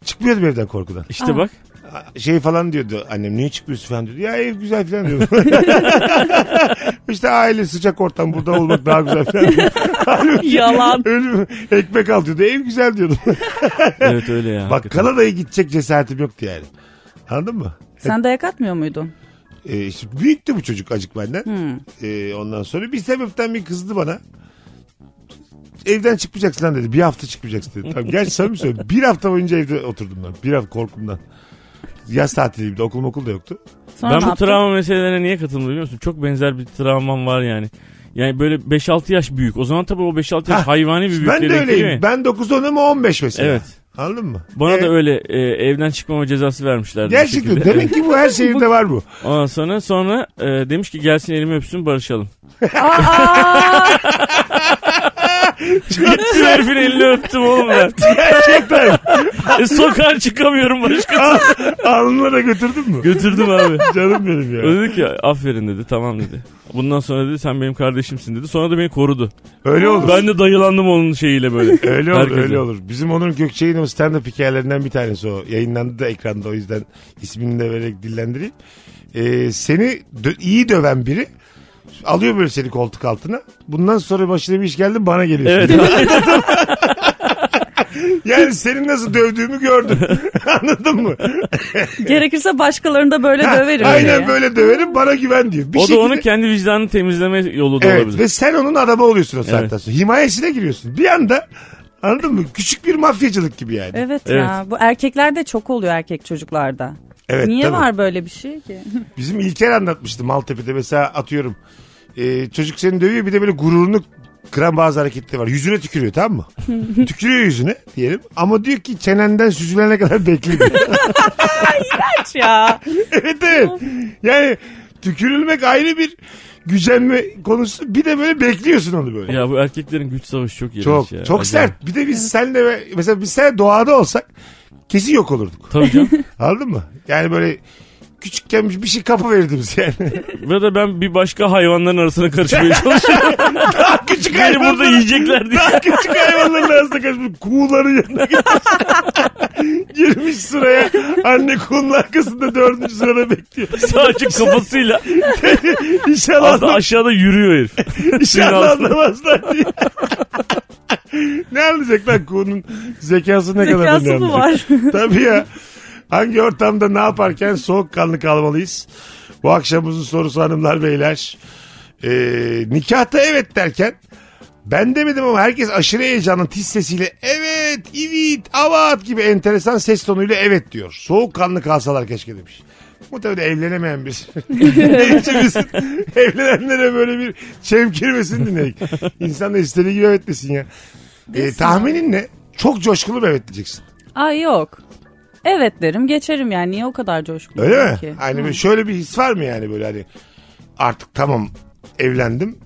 Speaker 3: Çıkmıyordum evden korkudan.
Speaker 5: İşte bak.
Speaker 3: A- Şey falan diyordu annem niye çıkmıyorsun falan diyordu. Ya ev güzel falan diyordu. işte aile sıcak ortam burada olmak daha güzel falan diyordu. Halbuki
Speaker 4: Yalan.
Speaker 3: Ölüm, ekmek al diyordu. Ev güzel diyordu.
Speaker 5: Evet öyle ya. hakikaten.
Speaker 3: Bakkala dayı gidecek cesaretim yoktu yani. Anladın mı?
Speaker 4: Sen dayak atmıyor muydun?
Speaker 3: E, işte büyüktü bu çocuk acık benden. E, ondan sonra bir sebepten bir kızdı bana. Evden çıkmayacaksın lan dedi. Bir hafta çıkmayacaksın dedi. Tamam, gerçi samimi söylüyorum. Bir hafta boyunca evde oturdum ben. Bir hafta korkumdan. Yaz tatiliydi. Okul okul da yoktu.
Speaker 4: Sonra
Speaker 5: ben
Speaker 4: ne
Speaker 5: bu
Speaker 4: yaptın?
Speaker 5: travma meselelerine niye katılmıyorum biliyor musun? Çok benzer bir travmam var yani. Yani böyle 5-6 yaş büyük. O zaman tabii o 5-6 yaş
Speaker 3: Ha,
Speaker 5: hayvani bir
Speaker 3: ben
Speaker 5: büyüklüğe
Speaker 3: de
Speaker 5: denk geliyor ya.
Speaker 3: öyleyim. Ben 9 10 ama 15 mesela.
Speaker 5: Evet.
Speaker 3: Anladın mı?
Speaker 5: Bana
Speaker 3: E,
Speaker 5: da öyle e, evden çıkmama cezası vermişlerdi. bir
Speaker 3: Gerçekten
Speaker 5: şekilde.
Speaker 3: demek ki bu her şehirde var bu.
Speaker 5: Ondan sonra sonra e, demiş ki gelsin elimi öpsün barışalım.
Speaker 4: Aa!
Speaker 5: Gittim herifin elini öptüm oğlum ben.
Speaker 3: Gerçekten.
Speaker 5: E, sokağa çıkamıyorum başka.
Speaker 3: Al- Alnına da götürdün mü?
Speaker 5: Götürdüm abi.
Speaker 3: Canım benim ya.
Speaker 5: Öyle dedi ki aferin dedi tamam dedi. Bundan sonra dedi sen benim kardeşimsin dedi. Sonra da beni korudu.
Speaker 3: Öyle olur.
Speaker 5: Ben de dayılandım onun şeyiyle böyle.
Speaker 3: Öyle olur
Speaker 5: Herkese.
Speaker 3: öyle olur. Bizim Onur Gökçe'nin o stand-up hikayelerinden bir tanesi o. Yayınlandı da ekranda o yüzden ismini de vererek dillendireyim. Ee, seni dö- iyi döven biri alıyor böyle seni koltuk altına. Bundan sonra başına bir iş geldi bana geliyorsun.
Speaker 5: Evet.
Speaker 3: Yani senin nasıl dövdüğümü gördüm. Anladın mı?
Speaker 4: Gerekirse başkalarını da böyle döverim.
Speaker 3: Aynen
Speaker 4: diye.
Speaker 3: böyle döverim bana güven diyor. Bir
Speaker 5: o da
Speaker 3: şekilde-
Speaker 5: onun kendi vicdanını temizleme yolu da
Speaker 3: Evet
Speaker 5: olabilir.
Speaker 3: ve sen onun adamı oluyorsun o saatten
Speaker 5: Evet.
Speaker 3: sonra. Himayesine giriyorsun. Bir anda anladın mı? Küçük bir mafyacılık gibi yani.
Speaker 4: Evet, ya bu erkeklerde çok oluyor erkek çocuklarda.
Speaker 3: Evet,
Speaker 4: Niye
Speaker 3: tabii.
Speaker 4: var böyle bir şey ki?
Speaker 3: Bizim İlker anlatmıştı Maltepe'de mesela atıyorum. Ee, çocuk seni dövüyor bir de böyle gururunu kıran bazı hareketleri var. Yüzüne tükürüyor tamam mı? tükürüyor yüzüne diyelim. Ama diyor ki çenenden süzülene kadar bekliyor.
Speaker 4: Aç ya.
Speaker 3: evet evet. Yani tükürülmek ayrı bir gücenme konusu. Bir de böyle bekliyorsun onu böyle.
Speaker 5: Ya bu erkeklerin güç savaşı çok iğrenç
Speaker 3: çok
Speaker 5: ya.
Speaker 3: çok
Speaker 5: Acayip.
Speaker 3: sert. Bir de biz senle ve- mesela biz sen doğada olsak kesin yok olurduk.
Speaker 5: Tabii canım.
Speaker 3: Anladın mı? Yani böyle küçükken bir şey kapı verirdiniz yani.
Speaker 5: Burada ben bir başka hayvanların arasına karışmaya çalışıyorum.
Speaker 3: Küçük
Speaker 5: Beni
Speaker 3: hayvanlar-
Speaker 5: burada yiyecekler diye.
Speaker 3: Daha küçük hayvanların arasında kaçmış. Kuğuların yanına gitmiş. Girmiş sıraya. Anne kuğunun arkasında dördüncü sırada bekliyor.
Speaker 5: Sadece kafasıyla.
Speaker 3: İnşallah,
Speaker 5: Aslında aşağıda yürüyor herif.
Speaker 3: inşallah
Speaker 5: biraz-
Speaker 3: anlamazlar diye. ne anlayacak lan kuğunun zekası ne kadar
Speaker 4: Zekası
Speaker 3: önemli.
Speaker 4: mı var?
Speaker 3: Tabii ya. Hangi ortamda ne yaparken soğukkanlı kalmalıyız? Bu akşamımızın sorusu hanımlar beyler. Ee, nikahta evet derken ben demedim ama herkes aşırı heyecanlı tiz sesiyle evet, ivit, avat gibi enteresan ses tonuyla evet diyor. Soğukkanlı kalsalar keşke demiş. Muhtemelen evlenemeyen bir dinleyicimizin evlenenlere böyle bir çemkirmesin dinleyik. İnsan da istediği gibi evet desin ya. Ee, tahminin ne? Çok coşkulu bir evet diyeceksin.
Speaker 4: Ay yok. Evet derim geçerim yani niye o kadar coşkulu
Speaker 3: Öyle mi?
Speaker 4: ki?
Speaker 3: Hani böyle şöyle bir his var mı yani böyle hani artık tamam evlendim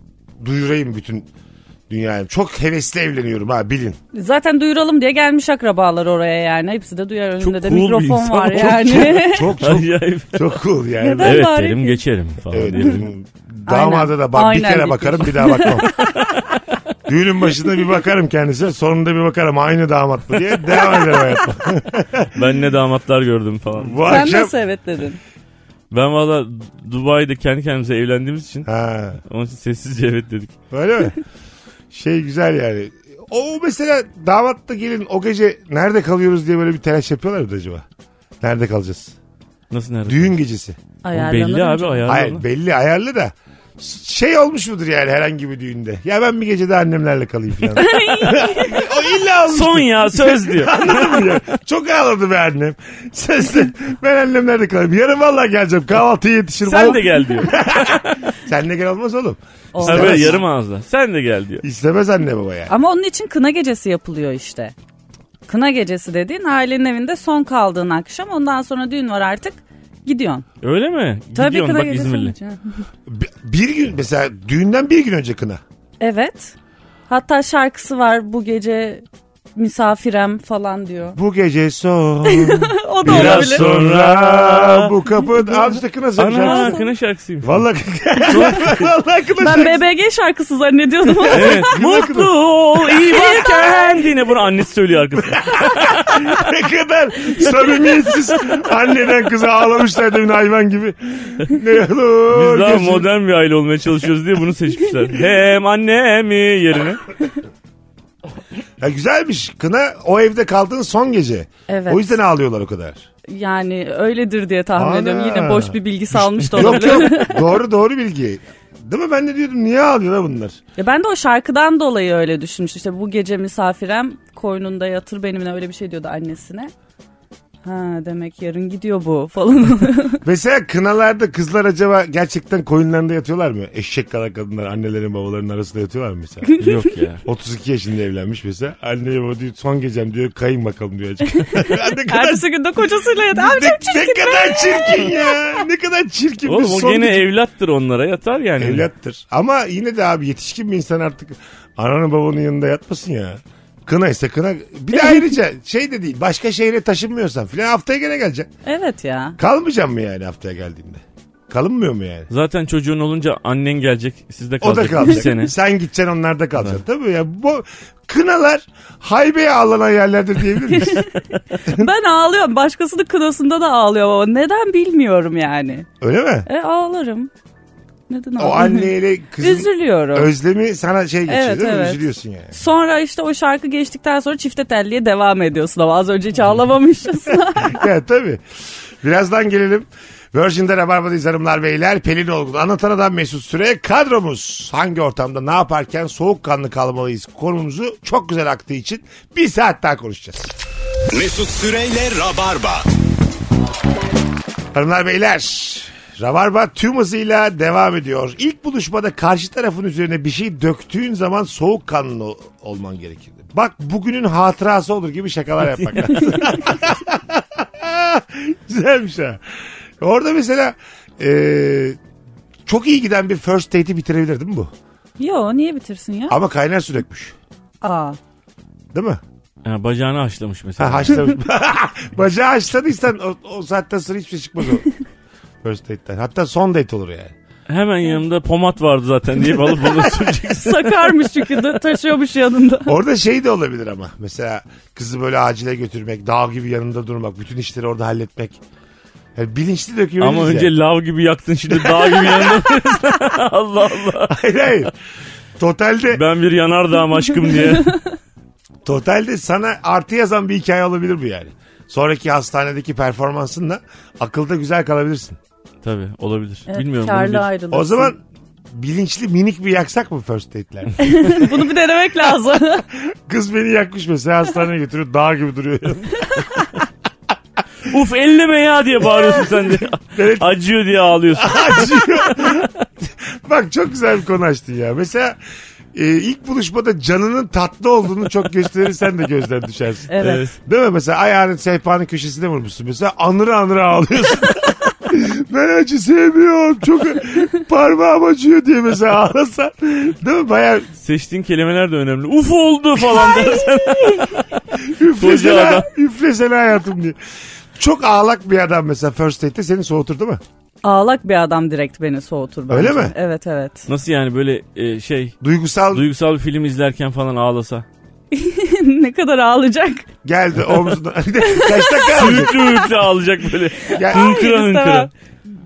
Speaker 3: duyurayım bütün dünyaya. Çok hevesli evleniyorum ha bilin.
Speaker 4: Zaten duyuralım diye gelmiş akrabalar oraya yani. Hepsi de duyar önünde de
Speaker 5: cool bir
Speaker 4: mikrofon
Speaker 5: insan.
Speaker 4: var
Speaker 5: Çok
Speaker 4: yani.
Speaker 3: Çok çok
Speaker 5: Acayip.
Speaker 3: çok cool yani.
Speaker 4: Neden?
Speaker 5: evet
Speaker 4: bari
Speaker 5: derim
Speaker 4: ki.
Speaker 5: geçerim falan
Speaker 3: Evet.
Speaker 5: diyebilirim.
Speaker 3: Damada da bak bir
Speaker 4: Aynen.
Speaker 3: kere bakarım bir daha bakmam. Düğünün başında bir bakarım kendisine sonunda bir bakarım aynı damat mı diye devam ederim hayatıma.
Speaker 5: Ben ne damatlar gördüm falan.
Speaker 3: Bu
Speaker 4: Sen
Speaker 3: akşam...
Speaker 4: nasıl evet dedin?
Speaker 5: Ben valla Dubai'de kendi kendimize evlendiğimiz için
Speaker 3: Ha,
Speaker 5: onun için sessizce evet dedik.
Speaker 3: öyle mi? Şey güzel yani. O mesela damatta gelin o gece nerede kalıyoruz diye böyle bir telaş yapıyorlar mı da acaba? Nerede kalacağız?
Speaker 5: Nasıl nerede?
Speaker 3: Düğün gecesi.
Speaker 5: O
Speaker 4: Ayarlanır
Speaker 5: belli
Speaker 4: mı
Speaker 5: abi
Speaker 4: canım?
Speaker 5: ayarlı.
Speaker 3: Hayır belli ayarlı da şey olmuş mudur yani herhangi bir düğünde? Ya ben bir gece de annemlerle kalayım falan. o illa olmuş.
Speaker 5: Son ya söz diyor.
Speaker 3: Anladın mı ya? Çok ağladı be annem. Sesle ben annemlerle kalayım. Yarın vallahi geleceğim. Kahvaltıya yetişirim.
Speaker 5: Sen
Speaker 3: Oğlum,
Speaker 5: de gel diyor.
Speaker 3: Sen de gel olmaz oğlum.
Speaker 5: Ha
Speaker 4: Olmaz.
Speaker 5: böyle yarım ağızla. Sen de gel diyor.
Speaker 3: İstemez anne baba yani.
Speaker 4: Ama onun için kına gecesi yapılıyor işte. Kına gecesi dediğin ailenin evinde son kaldığın akşam ondan sonra düğün var artık gidiyorsun.
Speaker 5: Öyle mi?
Speaker 4: Tabii
Speaker 5: Gidiyorsun
Speaker 4: kına
Speaker 5: bak
Speaker 4: gecesi
Speaker 5: İzmirli.
Speaker 4: olunca.
Speaker 3: Bir- Bir gün mesela düğünden bir gün önce kına.
Speaker 4: Evet. Hatta şarkısı var bu gece misafirem falan diyor.
Speaker 3: Bu gece son.
Speaker 4: o da
Speaker 5: Biraz
Speaker 4: olabilir.
Speaker 5: sonra-
Speaker 3: Sonra bu kapı. Abi işte kına
Speaker 5: Ana
Speaker 3: söyleyeceğim.
Speaker 5: kına şarkısıymış.
Speaker 3: Vallahi, vallahi kına
Speaker 4: Ben
Speaker 3: söyleyeceğim.
Speaker 4: BBG şarkısı zannediyordum.
Speaker 5: Evet. Mutlu ol, iyi bak kendine. Bunu annesi söylüyor arkasında.
Speaker 3: ne kadar samimiyetsiz anneden kıza ağlamışlar demin hayvan gibi. Ne olur.
Speaker 5: Biz daha
Speaker 3: gözüm-
Speaker 5: modern bir aile olmaya çalışıyoruz diye bunu seçmişler. Hem annemi yerine.
Speaker 3: Ya güzelmiş. Kına o evde kaldığın son gece.
Speaker 4: Evet.
Speaker 3: O yüzden ağlıyorlar o kadar.
Speaker 4: Yani öyledir diye tahmin
Speaker 3: Ana.
Speaker 4: ediyorum. Yine boş bir bilgi salmış da
Speaker 3: yok
Speaker 4: olabilir.
Speaker 3: yok. Doğru doğru bilgi. Değil mi? Ben de diyordum niye ağlıyorlar bunlar?
Speaker 4: Ya ben de o şarkıdan dolayı öyle düşünmüştüm. İşte bu gece misafirem koynunda yatır benimle öyle bir şey diyordu annesine. Ha demek yarın gidiyor bu falan.
Speaker 3: Mesela kınalarda kızlar acaba gerçekten koyunlarında yatıyorlar mı? Eşek kadar kadınlar annelerin babaların arasında yatıyorlar mı mesela?
Speaker 5: Yok ya.
Speaker 3: 32 yaşında evlenmiş mesela. Anne baba diyor son gecem diyor kayın bakalım diyor. azıcık. ne kadar
Speaker 4: Ertesi gün de kocasıyla yat. Abi
Speaker 3: ne,
Speaker 4: çok çirkin.
Speaker 3: ne kadar çirkin ya. Ne kadar çirkin.
Speaker 5: Oğlum
Speaker 3: bir
Speaker 5: o
Speaker 3: son
Speaker 5: gene
Speaker 3: gece.
Speaker 5: evlattır onlara yatar yani.
Speaker 3: evlattır. Ama yine de abi yetişkin bir insan artık ananın babanın yanında yatmasın ya. Kına ise kına. Bir de ayrıca şey de değil başka şehre taşınmıyorsan filan haftaya gene geleceksin.
Speaker 4: Evet ya.
Speaker 3: Kalmayacağım mı yani haftaya geldiğinde? Kalınmıyor mu yani?
Speaker 5: Zaten çocuğun olunca annen gelecek. Siz de
Speaker 3: O da
Speaker 5: kalacak, bir
Speaker 3: kalacak.
Speaker 5: sene.
Speaker 3: Sen gideceksin onlar da kalacak. Tabii ya bu kınalar haybeye ağlanan yerlerdir diyebilir miyiz?
Speaker 4: Ben ağlıyorum. Başkasının kıdasında da ağlıyor baba. Neden bilmiyorum yani.
Speaker 3: Öyle mi?
Speaker 4: E ağlarım. Neden
Speaker 3: O
Speaker 4: ağlarım?
Speaker 3: anneyle kızın
Speaker 4: Üzülüyorum.
Speaker 3: özlemi sana şey geçiyor
Speaker 4: Evet,
Speaker 3: değil mi?
Speaker 4: evet.
Speaker 3: Üzülüyorsun yani.
Speaker 4: Sonra işte o şarkı geçtikten sonra çifte telliye devam ediyorsun ama az önce hiç ağlamamışız.
Speaker 3: evet tabii. Birazdan gelelim. Virgin'de Rabarba'dayız hanımlar beyler. Pelin Olgun, Anlatan Adam Mesut Süre kadromuz. Hangi ortamda ne yaparken soğukkanlı kalmalıyız konumuzu çok güzel aktığı için bir saat daha konuşacağız.
Speaker 2: Mesut Süreyle Rabarba.
Speaker 3: Hanımlar beyler Rabarba tüm hızıyla devam ediyor. İlk buluşmada karşı tarafın üzerine bir şey döktüğün zaman soğukkanlı ol- olman gerekir. Bak bugünün hatırası olur gibi şakalar yapmak lazım. Güzelmiş ha. Orada mesela e, çok iyi giden bir first date'i bitirebilir değil mi bu?
Speaker 4: Yo niye bitirsin ya?
Speaker 3: Ama kaynar su dökmüş.
Speaker 4: Aa.
Speaker 3: Değil mi?
Speaker 5: Ha, bacağını haşlamış mesela.
Speaker 3: Ha, haşlamış. Bacağı haşladıysan o, o saatten sonra hiçbir şey çıkmaz o. First date'den. Hatta son date olur yani.
Speaker 5: Hemen yanımda pomat vardı zaten diye alıp onu sürecek.
Speaker 4: Sakarmış çünkü de taşıyormuş yanında.
Speaker 3: Orada şey de olabilir ama. Mesela kızı böyle acile götürmek, dağ gibi yanında durmak, bütün işleri orada halletmek. Yani bilinçli döküyoruz.
Speaker 5: Ama önce lav gibi yaktın şimdi dağ gibi yandım. Allah Allah.
Speaker 3: hayır hayır. Totalde
Speaker 5: Ben bir yanardağım aşkım diye.
Speaker 3: totalde sana artı yazan bir hikaye olabilir bu yani. Sonraki hastanedeki performansınla akılda güzel kalabilirsin.
Speaker 5: Tabii olabilir. Bilmiyorum. bunu
Speaker 4: Karlı
Speaker 5: bir-
Speaker 4: ayrılırsın.
Speaker 3: O zaman bilinçli minik bir yaksak mı first date'ler?
Speaker 4: Bunu bir denemek lazım.
Speaker 3: Kız beni yakmış mesela hastaneye götürüyor dağ gibi duruyor.
Speaker 5: Uf elleme ya diye bağırıyorsun sen de.
Speaker 3: Evet.
Speaker 5: Acıyor diye ağlıyorsun.
Speaker 3: Acıyor. Bak çok güzel bir konu açtın ya. Mesela e, e, ilk buluşmada canının tatlı olduğunu çok gösterirsen de gözden düşersin.
Speaker 4: Evet.
Speaker 3: Değil mi? Mesela ayağının sehpanın köşesine vurmuşsun. Mesela anıra anıra ağlıyorsun. ben acı sevmiyorum. Çok parmağım acıyor diye mesela ağlasa. Değil mi? Bayağı
Speaker 5: Seçtiğin kelimeler de önemli. Uf oldu falan dersen. Koca adam.
Speaker 3: üflesene, üflesene hayatım diye. Çok ağlak bir adam mesela first date'te seni soğutur değil mi?
Speaker 4: Ağlak bir adam direkt beni soğutur. bence.
Speaker 3: Öyle mi?
Speaker 4: Evet evet.
Speaker 5: Nasıl yani böyle e, şey
Speaker 3: Duygusal
Speaker 5: duygusal bir film izlerken falan ağlasa.
Speaker 4: ne kadar ağlayacak.
Speaker 3: geldi omzundan. Kaç dakika ağlayacak?
Speaker 5: Hüklü hüklü ağlayacak böyle.
Speaker 3: Gel,
Speaker 5: Hınkıra hınkıra.
Speaker 4: istemem.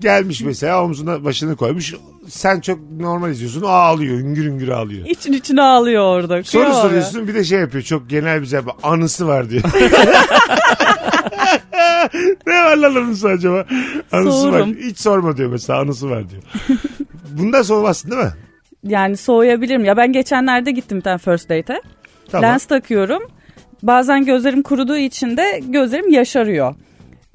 Speaker 3: gelmiş mesela omzuna başını koymuş. Sen çok normal izliyorsun. O ağlıyor. Üngür üngür ağlıyor.
Speaker 4: İçin içine ağlıyor orada.
Speaker 3: Soru
Speaker 4: Kıyamam ya.
Speaker 3: soruyorsun bir de şey yapıyor. Çok genel bir cevap. Anısı var diyor. ne var lan anısı acaba? Anısı var.
Speaker 4: Sorurum.
Speaker 3: Hiç sorma diyor mesela anısı var diyor. Bundan sormazsın değil mi?
Speaker 4: Yani soğuyabilirim. Ya ben geçenlerde gittim bir tane first date'e.
Speaker 3: Tamam.
Speaker 4: Lens takıyorum. Bazen gözlerim kuruduğu için de gözlerim yaşarıyor.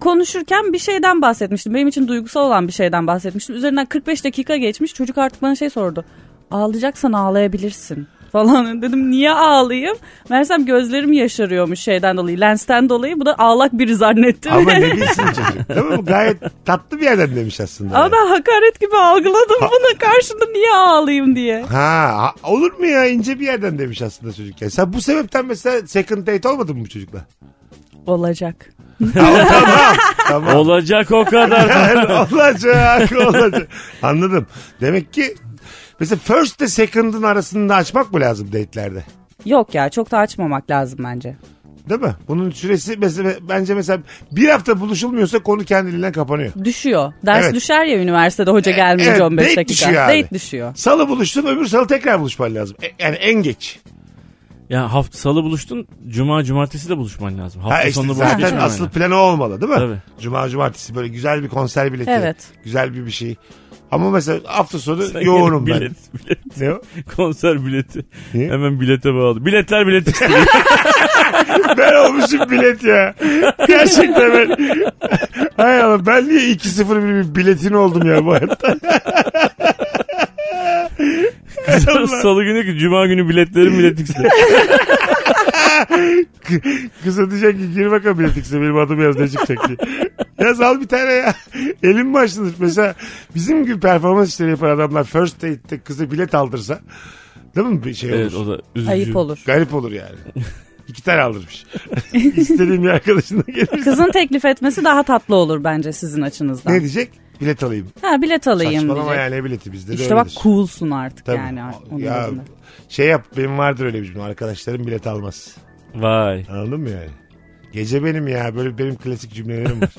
Speaker 4: Konuşurken bir şeyden bahsetmiştim. Benim için duygusal olan bir şeyden bahsetmiştim. Üzerinden 45 dakika geçmiş. Çocuk artık bana şey sordu. Ağlayacaksan ağlayabilirsin falan dedim niye ağlayayım? Mersem gözlerim yaşarıyormuş şeyden dolayı. Lensten dolayı bu da ağlak biri zannetti.
Speaker 3: Ama ne bilsin çocuk. Değil mi? Bu gayet tatlı bir yerden demiş aslında.
Speaker 4: Ama ben hakaret gibi algıladım buna karşında niye ağlayayım diye.
Speaker 3: Ha, ha, olur mu ya ince bir yerden demiş aslında çocuk. ya. Sen bu sebepten mesela second date olmadın mı bu çocukla?
Speaker 4: Olacak.
Speaker 3: Tamam.
Speaker 5: Olacak o kadar.
Speaker 3: olacak olacak. Anladım. Demek ki mesela first de second'ın arasında açmak mı lazım date'lerde?
Speaker 4: Yok ya çok da açmamak lazım bence.
Speaker 3: Değil mi? Bunun süresi mesela bence mesela bir hafta buluşulmuyorsa konu kendiliğinden kapanıyor.
Speaker 4: Düşüyor. Ders
Speaker 3: Evet. E,
Speaker 4: düşer ya üniversitede hoca gelmeyince
Speaker 3: evet,
Speaker 4: 15
Speaker 3: date
Speaker 4: dakika.
Speaker 3: düşüyor abi.
Speaker 4: Date düşüyor.
Speaker 3: Salı buluştun öbür salı tekrar buluşman lazım. E- yani en geç.
Speaker 5: ya hafta salı buluştun. Cuma cumartesi de buluşman lazım. Hafta
Speaker 3: Ha işte
Speaker 5: sonunda boş
Speaker 3: zaten
Speaker 5: geçmeme
Speaker 3: asıl
Speaker 5: yani.
Speaker 3: planı o olmalı değil mi?
Speaker 5: Tabii.
Speaker 3: Cuma cumartesi böyle güzel bir konser bileti.
Speaker 4: Evet.
Speaker 3: Güzel bir bir şey. Ama mesela hafta sonu
Speaker 5: Sen
Speaker 3: yoğunum
Speaker 5: gene
Speaker 3: ben.
Speaker 5: Bilet, bilet,
Speaker 3: Ne o?
Speaker 5: konser bileti.
Speaker 3: Niye?
Speaker 5: Hemen bilete bağlı. Biletler bilet istiyor.
Speaker 3: Ben olmuşum bilet ya. Gerçekten ben. Hay Allah ben niye 2-0 bir biletin oldum ya bu hayatta.
Speaker 5: Sonra Salı günü ki cuma günü biletlerim bilet istiyor.
Speaker 3: Kıza diyecek ki gir bakalım biletikse benim adım yaz ne çıkacak diye. Yaz al bir tane ya. Elim başlanır. Mesela bizim gibi performans işleri yapan adamlar first date'te kıza bilet aldırsa. Değil mi bir şey olur?
Speaker 5: evet o da üzücü.
Speaker 4: Ayıp olur.
Speaker 3: Garip olur yani. İki tane aldırmış. İstediğim bir arkadaşına gelirse.
Speaker 4: Kızın teklif etmesi daha tatlı olur bence sizin açınızdan.
Speaker 3: Ne diyecek? Bilet alayım.
Speaker 4: Ha bilet alayım
Speaker 3: Saçmalama
Speaker 4: diyecek.
Speaker 3: yani ne bileti bizde de
Speaker 4: İşte bak
Speaker 3: öyledir.
Speaker 4: coolsun artık
Speaker 3: Tabii.
Speaker 4: yani. Onun
Speaker 3: ya,
Speaker 4: gözünde.
Speaker 3: şey yap benim vardır öyle bizim arkadaşlarım bilet almaz.
Speaker 5: Vay.
Speaker 3: Anladın mı yani? Gece benim ya böyle benim klasik cümlelerim var.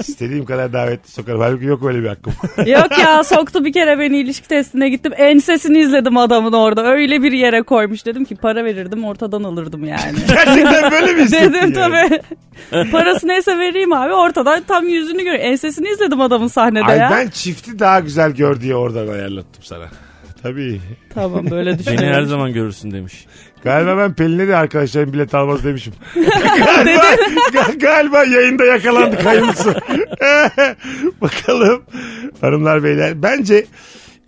Speaker 3: İstediğim kadar davetli sokarım. Halbuki yok öyle bir hakkım.
Speaker 4: Yok ya soktu bir kere beni ilişki testine gittim. Ensesini izledim adamın orada. Öyle bir yere koymuş dedim ki para verirdim ortadan alırdım yani.
Speaker 3: Gerçekten böyle mi hissettin
Speaker 4: Dedim
Speaker 3: yani?
Speaker 4: tabii. Parası neyse vereyim abi. Ortadan tam yüzünü gör. Ensesini izledim adamın sahnede
Speaker 3: Ay
Speaker 4: ya.
Speaker 3: ben çifti daha güzel gör diye oradan ayarlattım sana. Tabii.
Speaker 4: Tamam böyle
Speaker 5: Beni her
Speaker 4: düşünüyorum.
Speaker 5: zaman görürsün demiş.
Speaker 3: Galiba ben Pelin'e de arkadaşlarım bilet almaz demişim. galiba, ga- galiba yayında yakalandık hayırlısı. Bakalım hanımlar beyler. Bence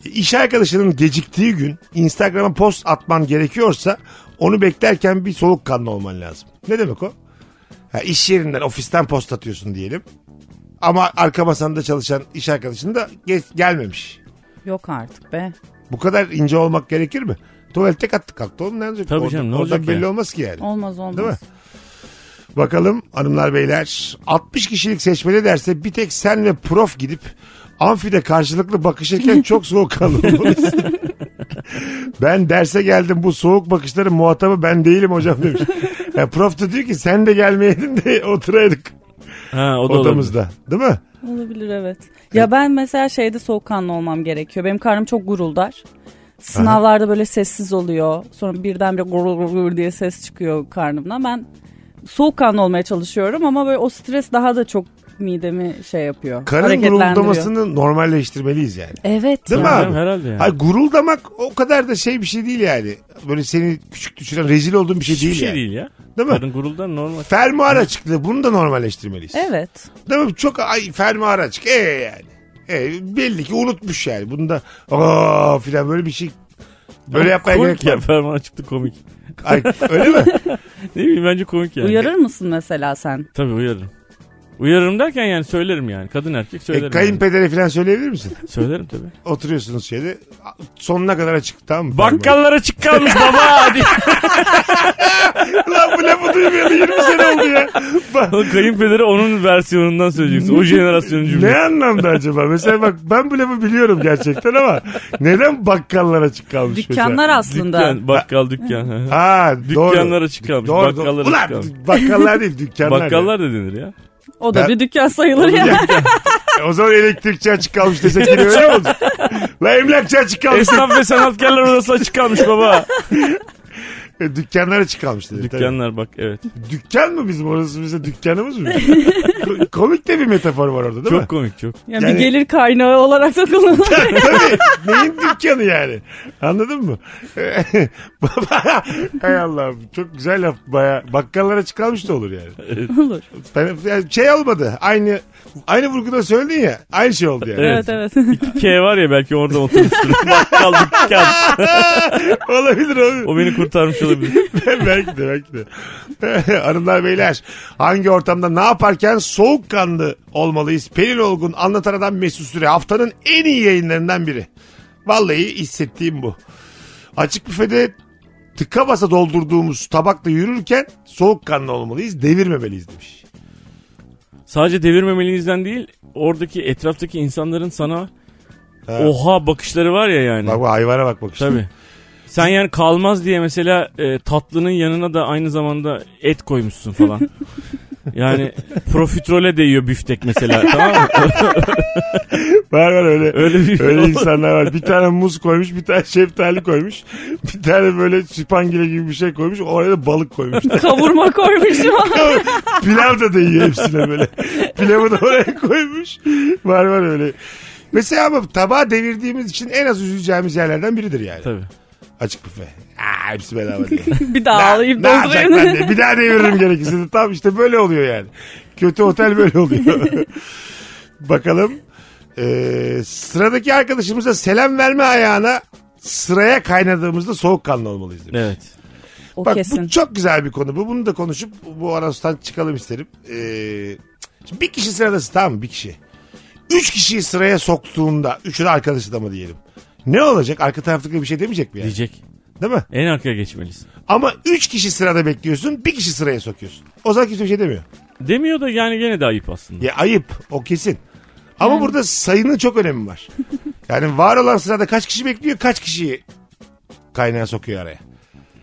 Speaker 3: iş arkadaşının geciktiği gün Instagram'a post atman gerekiyorsa onu beklerken bir soğukkanlı olman lazım. Ne demek o? Ha, iş yerinden ofisten post atıyorsun diyelim. Ama arka masanda çalışan iş arkadaşın da ge- gelmemiş.
Speaker 4: Yok artık be.
Speaker 3: Bu kadar ince olmak gerekir mi? Tuvalette kattık kalktı oğlum ne olacak?
Speaker 5: Tabii
Speaker 3: Orada-
Speaker 5: canım, ne
Speaker 3: oradan
Speaker 5: olacak
Speaker 3: belli
Speaker 5: ya?
Speaker 3: olmaz ki yani.
Speaker 4: Olmaz olmaz.
Speaker 3: Değil mi? Bakalım hanımlar beyler 60 kişilik seçmeli derse bir tek sen ve prof gidip amfide karşılıklı bakışırken çok soğukkanlı olmalısın. ben derse geldim bu soğuk bakışların muhatabı ben değilim hocam demiş. Ya prof da diyor ki sen de gelmeyeydin de oturaydık
Speaker 5: Ha o da olabilir.
Speaker 3: odamızda. Değil mi?
Speaker 4: Olabilir evet. Ya ben mesela şeyde soğukkanlı olmam gerekiyor. Benim karnım çok guruldar. Sınavlarda böyle sessiz oluyor. Sonra birdenbire gurul gurul diye ses çıkıyor karnımdan. Ben soğukkanlı olmaya çalışıyorum ama böyle o stres daha da çok midemi şey yapıyor.
Speaker 3: Karın
Speaker 4: hareketlendiriyor.
Speaker 3: guruldamasını normalleştirmeliyiz yani.
Speaker 4: Evet.
Speaker 3: Değil mi
Speaker 4: ya.
Speaker 3: abi?
Speaker 5: Herhalde yani.
Speaker 3: Hayır, guruldamak o kadar da şey bir şey değil yani. Böyle seni küçük düşüren rezil olduğun bir şey
Speaker 5: Hiçbir
Speaker 3: değil
Speaker 5: şey
Speaker 3: yani.
Speaker 5: değil ya.
Speaker 3: Değil mi?
Speaker 5: Kadın guruldan normal.
Speaker 3: Fermuar açıklığı bunu da normalleştirmeliyiz.
Speaker 4: Evet.
Speaker 3: Değil mi? Çok ay fermuar açık. Ee yani. Ee, belli ki unutmuş yani. Bunda aa filan böyle bir şey Böyle yapmaya
Speaker 5: komik
Speaker 3: gerek
Speaker 5: ya
Speaker 3: yok.
Speaker 5: ferman çıktı komik.
Speaker 3: Ay, öyle mi? E,
Speaker 5: Ne bileyim bence komik yani.
Speaker 4: Uyarır mısın mesela sen?
Speaker 5: Tabii uyarırım. Uyarırım derken yani söylerim yani. Kadın erkek söylerim.
Speaker 3: E, kayınpedere falan söyleyebilir misin?
Speaker 5: yani. Söylerim tabii.
Speaker 3: Oturuyorsunuz şeyde. Sonuna kadar açık tamam mı?
Speaker 5: Bakkallar açık kalmış baba diye.
Speaker 3: Lan bu lafı duymayalı 20 sene oldu ya. Bak,
Speaker 5: Oğlum Kayınpederi onun versiyonundan söyleyeceksin. O jenerasyonun
Speaker 3: ne
Speaker 5: cümle.
Speaker 3: anlamda acaba? Mesela bak ben bu lafı biliyorum gerçekten ama neden bakkallar açık kalmış
Speaker 4: Dükkanlar
Speaker 3: mesela?
Speaker 4: aslında.
Speaker 5: Dükkan, bakkal dükkan.
Speaker 3: Ha, doğru.
Speaker 5: Dükkanlar açık kalmış.
Speaker 3: Doğru, doğru.
Speaker 5: bakkallar
Speaker 3: Ulan
Speaker 5: açık kalmış.
Speaker 3: bakkallar değil dükkanlar.
Speaker 5: Bakkallar da denir ya.
Speaker 4: O da
Speaker 3: Ben-
Speaker 4: bir dükkan sayılır
Speaker 3: Ya.
Speaker 4: ya.
Speaker 3: E, o zaman elektrikçi açık kalmış desek yine öyle mi olacak? Lan emlakçı açık kalmış.
Speaker 5: Esnaf ve sanatkarlar odası açık kalmış baba.
Speaker 3: E, dükkanlar açık kalmış dedi. tabii.
Speaker 5: Dükkanlar bak evet.
Speaker 3: Dükkan mı bizim orası bize dükkanımız mı? Ko- Komik de bir metafor var orada değil
Speaker 5: çok
Speaker 3: mi?
Speaker 5: komik çok.
Speaker 4: Yani
Speaker 3: Yani-
Speaker 4: bir gelir kaynağı olarak da kullanılır.
Speaker 3: Tabii neyin dükkanı yani anladın mı? Baba, Hay Allah'ım çok güzel laf baya bakkallara çıkarmış da olur yani.
Speaker 4: Olur.
Speaker 3: Ben, yani şey olmadı aynı aynı vurguda söyledin ya aynı şey oldu yani.
Speaker 5: Evet.
Speaker 4: Evet evet.
Speaker 5: K var ya belki orada oturmuştur. Bakkal dükkan.
Speaker 3: olabilir olabilir.
Speaker 5: O beni kurtarmış olabilir.
Speaker 3: belki de belki de. Hanımlar beyler hangi ortamda ne yaparken soğukkanlı olmalıyız? Pelin Olgun anlatan adam Mesut Süre haftanın en iyi yayınlarından biri. Vallahi hissettiğim bu. Açık büfede tıka basa doldurduğumuz tabakla yürürken soğukkanlı olmalıyız devirmemeliyiz demiş.
Speaker 5: Sadece devirmemeliyizden değil oradaki etraftaki insanların sana oha bakışları var ya yani.
Speaker 3: Bak bu hayvana bak bak işte.
Speaker 5: Tabii. Sen yani kalmaz diye mesela e, tatlının yanına da aynı zamanda et koymuşsun falan. Yani profiterole değiyor büftek mesela tamam mı?
Speaker 3: Var var öyle.
Speaker 5: Öyle bir
Speaker 3: Öyle insanlar var. Bir tane muz koymuş, bir tane şeftali koymuş. Bir tane böyle süpangile gibi bir şey koymuş. Oraya da balık koymuş.
Speaker 4: Kavurma koymuşum.
Speaker 3: Pilav da değiyor hepsine böyle. Pilavı da oraya koymuş. Var var öyle. Mesela ama tabağı devirdiğimiz için en az üzüleceğimiz yerlerden biridir yani.
Speaker 5: Tabii.
Speaker 3: Açık büfe. Aa, hepsi bedava diye.
Speaker 4: bir daha alayım
Speaker 3: ne yapacak ben
Speaker 4: doldurayım.
Speaker 3: de? Bir daha deviririm gerekirse. de. Tam işte böyle oluyor yani. Kötü otel böyle oluyor. Bakalım. Ee, sıradaki arkadaşımıza selam verme ayağına sıraya kaynadığımızda soğukkanlı olmalıyız demiş.
Speaker 5: Evet.
Speaker 4: o
Speaker 3: Bak
Speaker 4: kesin.
Speaker 3: bu çok güzel bir konu. Bu bunu da konuşup bu arasından çıkalım isterim. Ee, şimdi bir kişi sıradası tamam mı? Bir kişi. Üç kişiyi sıraya soktuğunda üçü de arkadaşı da mı diyelim. Ne olacak? Arka taraftaki bir şey demeyecek mi yani?
Speaker 5: Diyecek.
Speaker 3: Değil mi?
Speaker 5: En arkaya geçmelisin.
Speaker 3: Ama üç kişi sırada bekliyorsun. Bir kişi sıraya sokuyorsun. O zaman kimse bir şey demiyor.
Speaker 5: Demiyor da yani gene de ayıp aslında.
Speaker 3: Ya ayıp. O kesin. Ama
Speaker 4: Hmm.
Speaker 3: burada sayının çok önemi var. Yani var olan sırada kaç kişi bekliyor? Kaç kişiyi kaynağa sokuyor araya?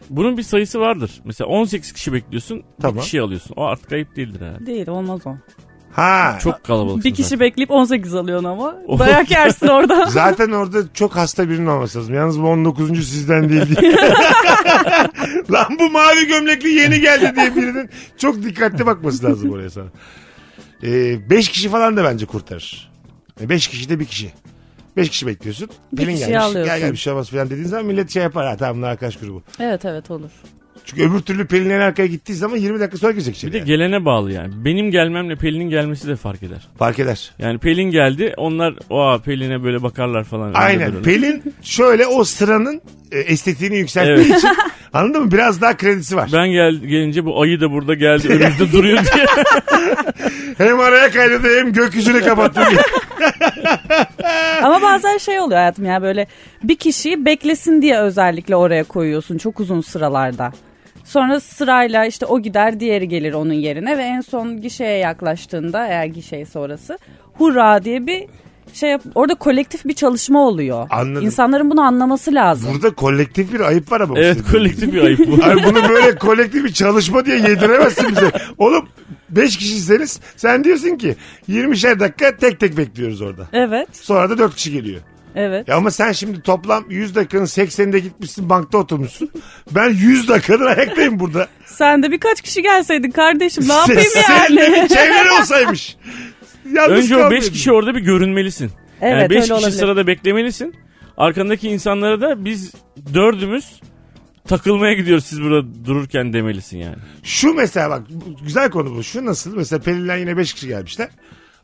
Speaker 5: Bunun bir sayısı vardır. Mesela 18 kişi bekliyorsun,
Speaker 3: Tamam.
Speaker 5: bir kişi alıyorsun. O artık ayıp değildir herhalde.
Speaker 4: Değil olmaz o.
Speaker 3: Ha.
Speaker 5: Çok kalabalık.
Speaker 4: Bir kişi bekleyip 18 alıyorsun ama.
Speaker 5: Oh.
Speaker 4: Dayak yersin orada.
Speaker 3: Zaten orada çok hasta birinin olması lazım. Yalnız bu 19. sizden değil diye. Lan bu mavi gömlekli yeni geldi diye birinin çok dikkatli bakması lazım oraya sana. 5 kişi falan da bence kurtarır. 5 kişi de bir kişi. 5 kişi bekliyorsun. Pelin
Speaker 4: kişiyi
Speaker 3: gelmiş. Gel
Speaker 4: alıyorsun.
Speaker 3: gel bir şey olmaz falan dediğin zaman millet şey yapar. Ha tamam bunlar arkadaş grubu.
Speaker 4: evet evet olur.
Speaker 3: Çünkü öbür türlü Pelin en arkaya gittiği zaman 20 dakika sonra girecek içeri.
Speaker 5: Bir de
Speaker 3: yani.
Speaker 5: gelene bağlı yani. Benim gelmemle Pelin'in gelmesi de fark eder.
Speaker 3: Fark eder.
Speaker 5: Yani Pelin geldi, onlar oha Pelin'e böyle bakarlar falan. Öyle
Speaker 3: Aynen.
Speaker 5: böyle.
Speaker 3: Pelin şöyle o sıranın e, estetiğini yükselttiği için anladın mı? Biraz daha kredisi var.
Speaker 5: Ben gel gelince bu ayı da burada geldi önümüzde duruyor diye.
Speaker 3: Hem araya kaynadı hem gökyüzünü kapattı.
Speaker 4: Ama bazen şey oluyor hayatım ya böyle bir kişiyi beklesin diye özellikle oraya koyuyorsun çok uzun sıralarda. Sonra sırayla işte o gider diğeri gelir onun yerine ve en son gişeye yaklaştığında eğer gişeyse orası hurra diye bir şey yap- orada kolektif bir çalışma oluyor.
Speaker 3: Anladım.
Speaker 4: İnsanların bunu anlaması lazım.
Speaker 3: Burada kolektif bir ayıp var ama.
Speaker 5: evet kolektif bir ayıp bu.
Speaker 3: Ay bunu böyle kolektif bir çalışma diye yediremezsin bize. Oğlum 5 kişiyseniz sen diyorsun ki 20'şer dakika tek tek bekliyoruz orada.
Speaker 4: Evet,
Speaker 3: Sonra da 4 kişi geliyor.
Speaker 4: evet.
Speaker 3: Ya ama sen şimdi toplam 100 dakikanın 80'inde gitmişsin bankta oturmuşsun. Ben 100 dakikadır ayaktayım burada.
Speaker 4: Sen de birkaç kişi gelseydin kardeşim ne yapayım
Speaker 3: Sen- Sen de
Speaker 4: yani?
Speaker 3: bir çevren olsaymış. Yalnız
Speaker 5: Önce o 5
Speaker 3: kalmayayım.
Speaker 5: kişi orada bir görünmelisin. yani
Speaker 4: Evet,
Speaker 5: 5
Speaker 4: öyle
Speaker 5: kişi
Speaker 4: olabilir.
Speaker 5: sırada beklemelisin. Arkandaki insanlara da biz dördümüz takılmaya gidiyoruz siz burada dururken demelisin yani.
Speaker 3: Şu mesela bak bu- güzel konu bu. Şu nasıl? Mesela Pelin'den yine 5 kişi gelmişler.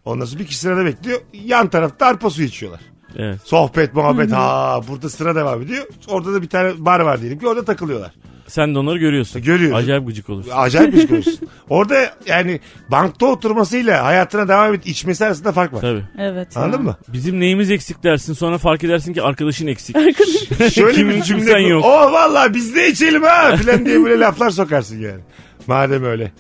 Speaker 3: Ondan sonra bir kişi sırada bekliyor. Yan tarafta arpa suyu içiyorlar.
Speaker 5: Evet.
Speaker 3: Sohbet, muhabbet. Ha burada sıra devam ediyor. Orada da bir tane bar var diyelim ki orada takılıyorlar.
Speaker 5: Sen de onları görüyorsun.
Speaker 3: E, Görüyorum.
Speaker 5: Acayip gıcık olursun.
Speaker 3: Acayip bir şey olsun. Orada yani bankta oturmasıyla hayatına devam et içmesi arasında fark var.
Speaker 5: Tabii.
Speaker 4: Evet. ya.
Speaker 3: Anladın mı?
Speaker 5: Bizim neyimiz eksik dersin sonra fark edersin ki arkadaşın eksik.
Speaker 3: Şöyle
Speaker 5: Kimin
Speaker 3: bir cümle
Speaker 5: kimsen
Speaker 3: yok.
Speaker 5: yok.
Speaker 3: Oh valla biz ne içelim ha filan diye böyle laflar sokarsın yani. Madem öyle.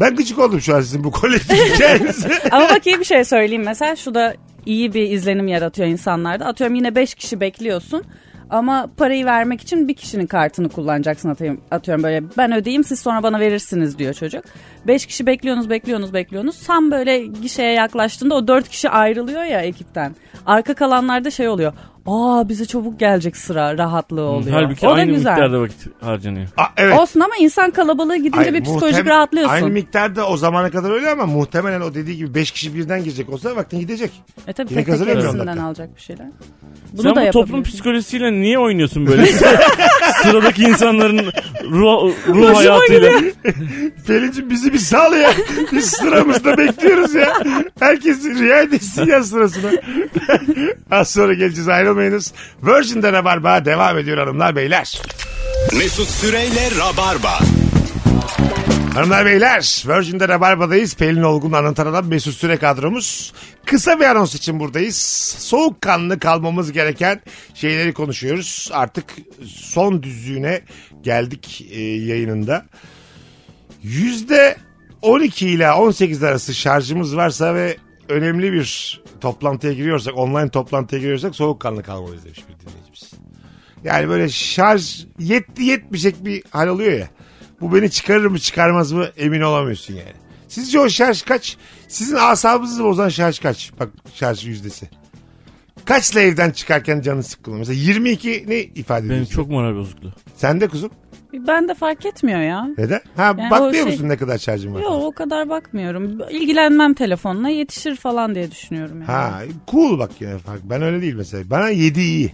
Speaker 3: Ben gıcık oldum şu an sizin bu kolektif hikayenize.
Speaker 4: Ama bak iyi bir şey söyleyeyim mesela şu da iyi bir izlenim yaratıyor insanlarda. Atıyorum yine 5 kişi bekliyorsun ama parayı vermek için bir kişinin kartını kullanacaksın atıyorum, atıyorum böyle ben ödeyeyim siz sonra bana verirsiniz diyor çocuk. 5 kişi bekliyorsunuz bekliyorsunuz bekliyorsunuz tam böyle gişeye yaklaştığında o 4 kişi ayrılıyor ya ekipten. Arka kalanlarda şey oluyor aa bize çabuk gelecek sıra rahatlığı oluyor.
Speaker 5: Halbuki
Speaker 4: o da
Speaker 5: aynı
Speaker 4: güzel.
Speaker 5: miktarda vakit harcanıyor.
Speaker 3: Aa, evet.
Speaker 4: Olsun ama insan kalabalığı gidince
Speaker 3: Ay,
Speaker 4: bir psikolojik
Speaker 3: muhtem-
Speaker 4: rahatlıyorsun.
Speaker 3: Aynı miktarda o zamana kadar öyle ama muhtemelen o dediği gibi 5 kişi birden girecek olsa vaktin gidecek.
Speaker 4: E tabii
Speaker 3: Yine
Speaker 4: tek tek
Speaker 3: kazanamıyorum
Speaker 4: hepsinden
Speaker 3: zaten.
Speaker 4: alacak bir şeyler. Bunu
Speaker 5: Sen
Speaker 4: da
Speaker 5: bu toplum
Speaker 4: yapabilirsin.
Speaker 5: psikolojisiyle niye oynuyorsun böyle? Sıradaki insanların ruh, ruh hayatıyla.
Speaker 3: Pelin'cim bizi bir sal ya. Biz sıramızda bekliyoruz ya. Herkes riayet etsin ya sırasına. Az sonra geleceğiz ayrılmayınız. Virgin'de Rabarba devam ediyor hanımlar beyler.
Speaker 2: Mesut Süreyle Rabarba.
Speaker 3: Hanımlar beyler Virgin'de Rabarba'dayız. Pelin Olgun anlatan adam Mesut Süre kadromuz. Kısa bir anons için buradayız. Soğukkanlı kalmamız gereken şeyleri konuşuyoruz. Artık son düzlüğüne geldik e, yayınında. Yüzde 12 ile 18 arası şarjımız varsa ve önemli bir toplantıya giriyorsak, online toplantıya giriyorsak soğukkanlı kalmalıyız demiş bir dinleyicimiz. Yani böyle şarj yetti yetmeyecek bir hal oluyor ya. Bu beni çıkarır mı çıkarmaz mı emin olamıyorsun yani. Sizce o şarj kaç? Sizin asabınızı bozan şarj kaç? Bak şarj yüzdesi. Kaçla evden çıkarken canın sıkkın? Mesela 22 ne ifade ediyor?
Speaker 5: Benim çok moral bozukluğu.
Speaker 3: Sen de kuzum.
Speaker 4: Ben de fark etmiyor ya.
Speaker 3: Neden? Ha
Speaker 4: Yani o
Speaker 3: bakmıyor
Speaker 4: şey-
Speaker 3: musun ne kadar şarjın var?
Speaker 4: Yok o kadar bakmıyorum. İlgilenmem telefonla yetişir falan diye düşünüyorum. Yani.
Speaker 3: Ha cool bak yine fark. Ben öyle değil mesela. Bana 7 iyi.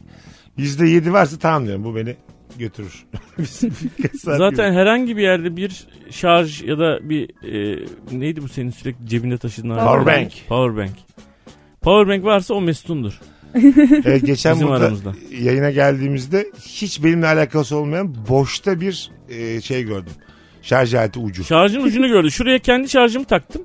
Speaker 3: Yüzde yedi varsa tamam diyorum. Bu beni götürür. Bizim birkaç saat
Speaker 5: Zaten
Speaker 3: gibi.
Speaker 5: herhangi bir yerde bir şarj ya da bir e, neydi bu senin sürekli cebinde taşıdığın
Speaker 3: Powerbank.
Speaker 5: Powerbank. Powerbank varsa o Mesut'undur.
Speaker 3: Ee, geçen
Speaker 5: bizim
Speaker 3: burada
Speaker 5: aramızda.
Speaker 3: yayına geldiğimizde hiç benimle alakası olmayan boşta bir e, şey gördüm. Şarj aleti ucu.
Speaker 5: Şarjın ucunu gördü. Şuraya kendi şarjımı taktım.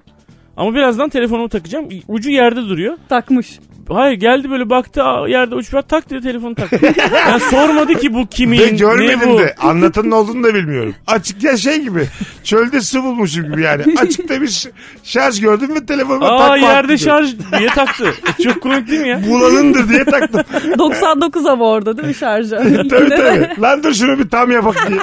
Speaker 5: Ama birazdan telefonumu takacağım. Ucu yerde duruyor.
Speaker 4: Takmış.
Speaker 5: Hayır geldi böyle baktı aa, yerde uç var tak dedi telefonu taktı. yani sormadı ki bu kimin
Speaker 3: Ve
Speaker 5: ne
Speaker 3: görmedim
Speaker 5: bu.
Speaker 3: de anlatanın olduğunu da bilmiyorum. Açık ya şey gibi. Çölde su bulmuşum gibi yani. Açıkta bir ş- şarj gördüm ve telefonuma takma.
Speaker 5: Aa
Speaker 3: hakkı
Speaker 5: yerde
Speaker 3: diyor.
Speaker 5: şarj diye taktı. E, Çok komik değil mi ya?
Speaker 3: Bulanındır diye taktım.
Speaker 4: 99 ama orada değil mi şarjı?
Speaker 3: tabii tabii. Lan dur şunu bir tam yapak diye.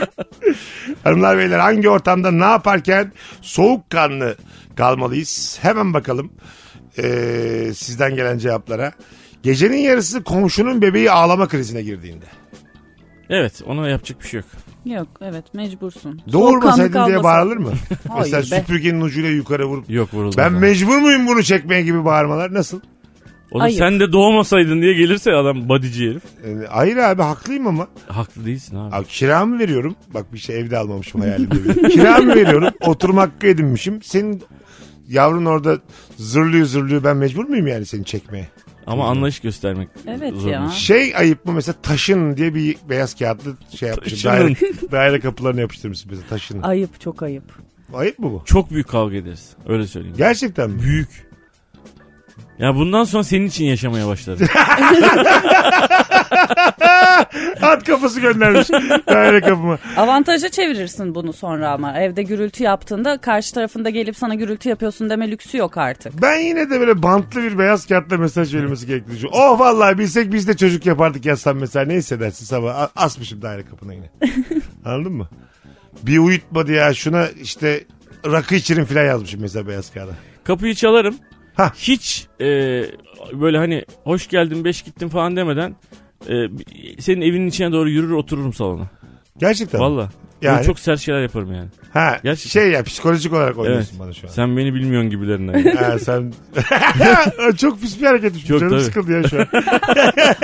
Speaker 3: Hanımlar beyler hangi ortamda ne yaparken soğukkanlı kalmalıyız? Hemen bakalım ee, sizden gelen cevaplara. Gecenin yarısı komşunun bebeği ağlama krizine girdiğinde.
Speaker 5: Evet ona yapacak bir şey yok.
Speaker 4: Yok evet mecbursun. Soğukkanlı
Speaker 3: Doğurmasaydın
Speaker 4: kalmasın.
Speaker 3: diye bağırılır mı?
Speaker 4: Hayır
Speaker 3: Mesela
Speaker 4: be.
Speaker 3: süpürgenin ucuyla yukarı vurup.
Speaker 5: Yok vuruldu.
Speaker 3: Ben mecbur muyum bunu çekmeye gibi bağırmalar nasıl?
Speaker 5: Oğlum
Speaker 4: Ayıp.
Speaker 5: sen de doğmasaydın diye gelirse adam bodyci herif.
Speaker 3: Ee, hayır abi haklıyım ama.
Speaker 5: Haklı değilsin abi.
Speaker 3: Abi kiramı veriyorum. Bak bir şey evde almamışım hayalimde. bile. kiramı veriyorum. Oturma hakkı edinmişim. Senin yavrun orada zırlıyor zırlıyor. Ben mecbur muyum yani seni çekmeye?
Speaker 5: Ama anlayış göstermek
Speaker 4: Evet
Speaker 5: zorunda.
Speaker 4: ya.
Speaker 3: Şey ayıp mı mesela taşın diye bir beyaz kağıtlı şey yapmışım. Daire,
Speaker 5: Taşının.
Speaker 3: daire kapılarına yapıştırmışsın mesela taşını.
Speaker 4: Ayıp çok ayıp.
Speaker 3: Ayıp mı bu?
Speaker 5: Çok büyük kavga ederiz. Öyle söyleyeyim.
Speaker 3: Gerçekten mi?
Speaker 5: Büyük. Ya bundan sonra senin için yaşamaya başladım.
Speaker 3: At kafası göndermiş daire kapıma.
Speaker 4: Avantaja çevirirsin bunu sonra ama. Evde gürültü yaptığında karşı tarafında gelip sana gürültü yapıyorsun deme lüksü yok artık.
Speaker 3: Ben yine de böyle bantlı bir beyaz kağıtla mesaj verilmesi gerektiğini düşünüyorum. Oh vallahi bilsek biz de çocuk yapardık yazsam mesela ne hissedersin sabah. A- Asmışım daire kapına yine. Anladın mı? Bir uyutmadı ya şuna işte rakı içirim filan yazmışım mesela beyaz kağıda.
Speaker 5: Kapıyı çalarım.
Speaker 3: Hah.
Speaker 5: Hiç e, böyle hani hoş geldin beş gittin falan demeden e, senin evinin içine doğru yürür otururum salona.
Speaker 3: Gerçekten.
Speaker 5: Valla. Ben
Speaker 3: Yani.
Speaker 5: çok sert şeyler yaparım yani.
Speaker 3: Ha,
Speaker 5: Gerçekten.
Speaker 3: şey ya psikolojik olarak oynuyorsun
Speaker 5: Evet.
Speaker 3: bana şu an.
Speaker 5: Sen beni bilmiyorsun gibilerinden.
Speaker 3: Ha, sen... çok pis bir hareketmiş.
Speaker 5: Çok
Speaker 3: Canım
Speaker 5: tabii.
Speaker 3: sıkıldı ya şu an.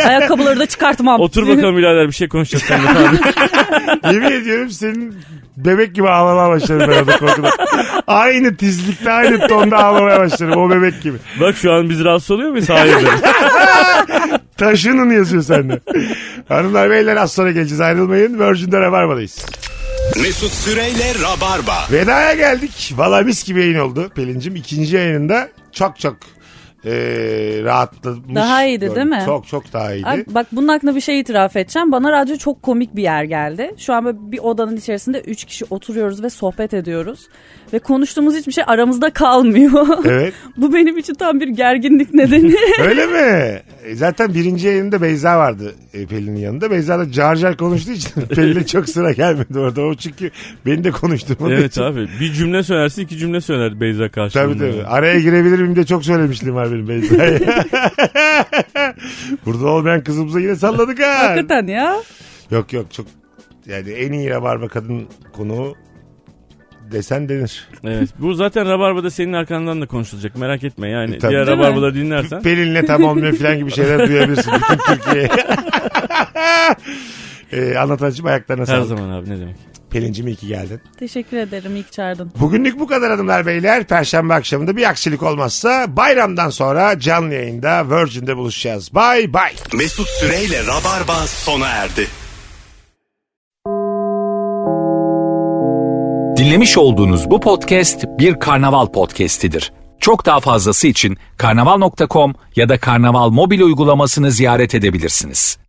Speaker 4: Ayakkabıları da çıkartmam.
Speaker 5: Otur bakalım birader bir şey konuşacağız seninle. Tamam.
Speaker 3: Yemin ediyorum senin bebek gibi ağlamaya başladım ben orada korkudan. aynı tizlikte aynı tonda ağlamaya başladım o bebek gibi.
Speaker 5: Bak şu an biz rahatsız oluyor muyuz? Hayır.
Speaker 3: Taşının yazıyor sende. Hanımlar beyler az sonra geleceğiz ayrılmayın. Virgin'de Rabarba'dayız.
Speaker 2: Mesut Süreyle Rabarba.
Speaker 3: Veda'ya geldik. Valla mis gibi yayın oldu Pelin'cim. ikinci yayınında çok çok e, rahatlamış.
Speaker 4: Daha iyiydi
Speaker 3: gördüm.
Speaker 4: değil mi?
Speaker 3: Çok çok daha iyiydi.
Speaker 4: Ay, bak bunun hakkında bir şey itiraf edeceğim. Bana radyo çok komik bir yer geldi. Şu an böyle bir odanın içerisinde 3 kişi oturuyoruz ve sohbet ediyoruz. Ve konuştuğumuz hiçbir şey aramızda kalmıyor.
Speaker 3: Evet.
Speaker 4: Bu benim için tam bir gerginlik nedeni.
Speaker 3: Öyle mi? E, Zaten birinci yayında Beyza vardı e, Pelin'in yanında. Beyza da car car konuştuğu için Pelin'e çok sıra gelmedi orada. O çünkü beni de konuşturmadı.
Speaker 5: evet abi. Bir cümle söylersin iki cümle söyler Beyza
Speaker 3: Tabii
Speaker 5: karşılığında.
Speaker 3: tabii. Araya girebilir miyim de çok söylemişliğim var benim Beyza'ya. Burada olmayan kızımıza yine salladık ha.
Speaker 4: Hakikaten ya.
Speaker 3: yok yok çok yani en iyi rabarba kadın konuğu desen denir.
Speaker 5: Evet. Bu zaten Rabarba'da senin arkandan da konuşulacak. Merak etme yani.
Speaker 3: E, tabii.
Speaker 5: Diğer
Speaker 4: Değil mi?
Speaker 5: Rabarbaları dinlersen.
Speaker 3: Pelin'le tamam ne falan gibi şeyler duyabilirsin bütün Türkiye'ye. ee, anlatıcım ayaklarına
Speaker 5: Her
Speaker 3: sağlık.
Speaker 5: zaman abi ne demek.
Speaker 3: Pelin'cim iyi ki geldin.
Speaker 4: Teşekkür ederim ilk çağırdın.
Speaker 3: Bugünlük bu kadar hanımlar beyler. Perşembe akşamında bir aksilik olmazsa bayramdan sonra canlı yayında Virgin'de buluşacağız. Bay bay.
Speaker 2: Mesut Süreyle Rabarba sona erdi.
Speaker 1: Dinlemiş olduğunuz bu podcast bir karnaval podcastidir. Çok daha fazlası için karnaval.com ya da karnaval mobil uygulamasını ziyaret edebilirsiniz.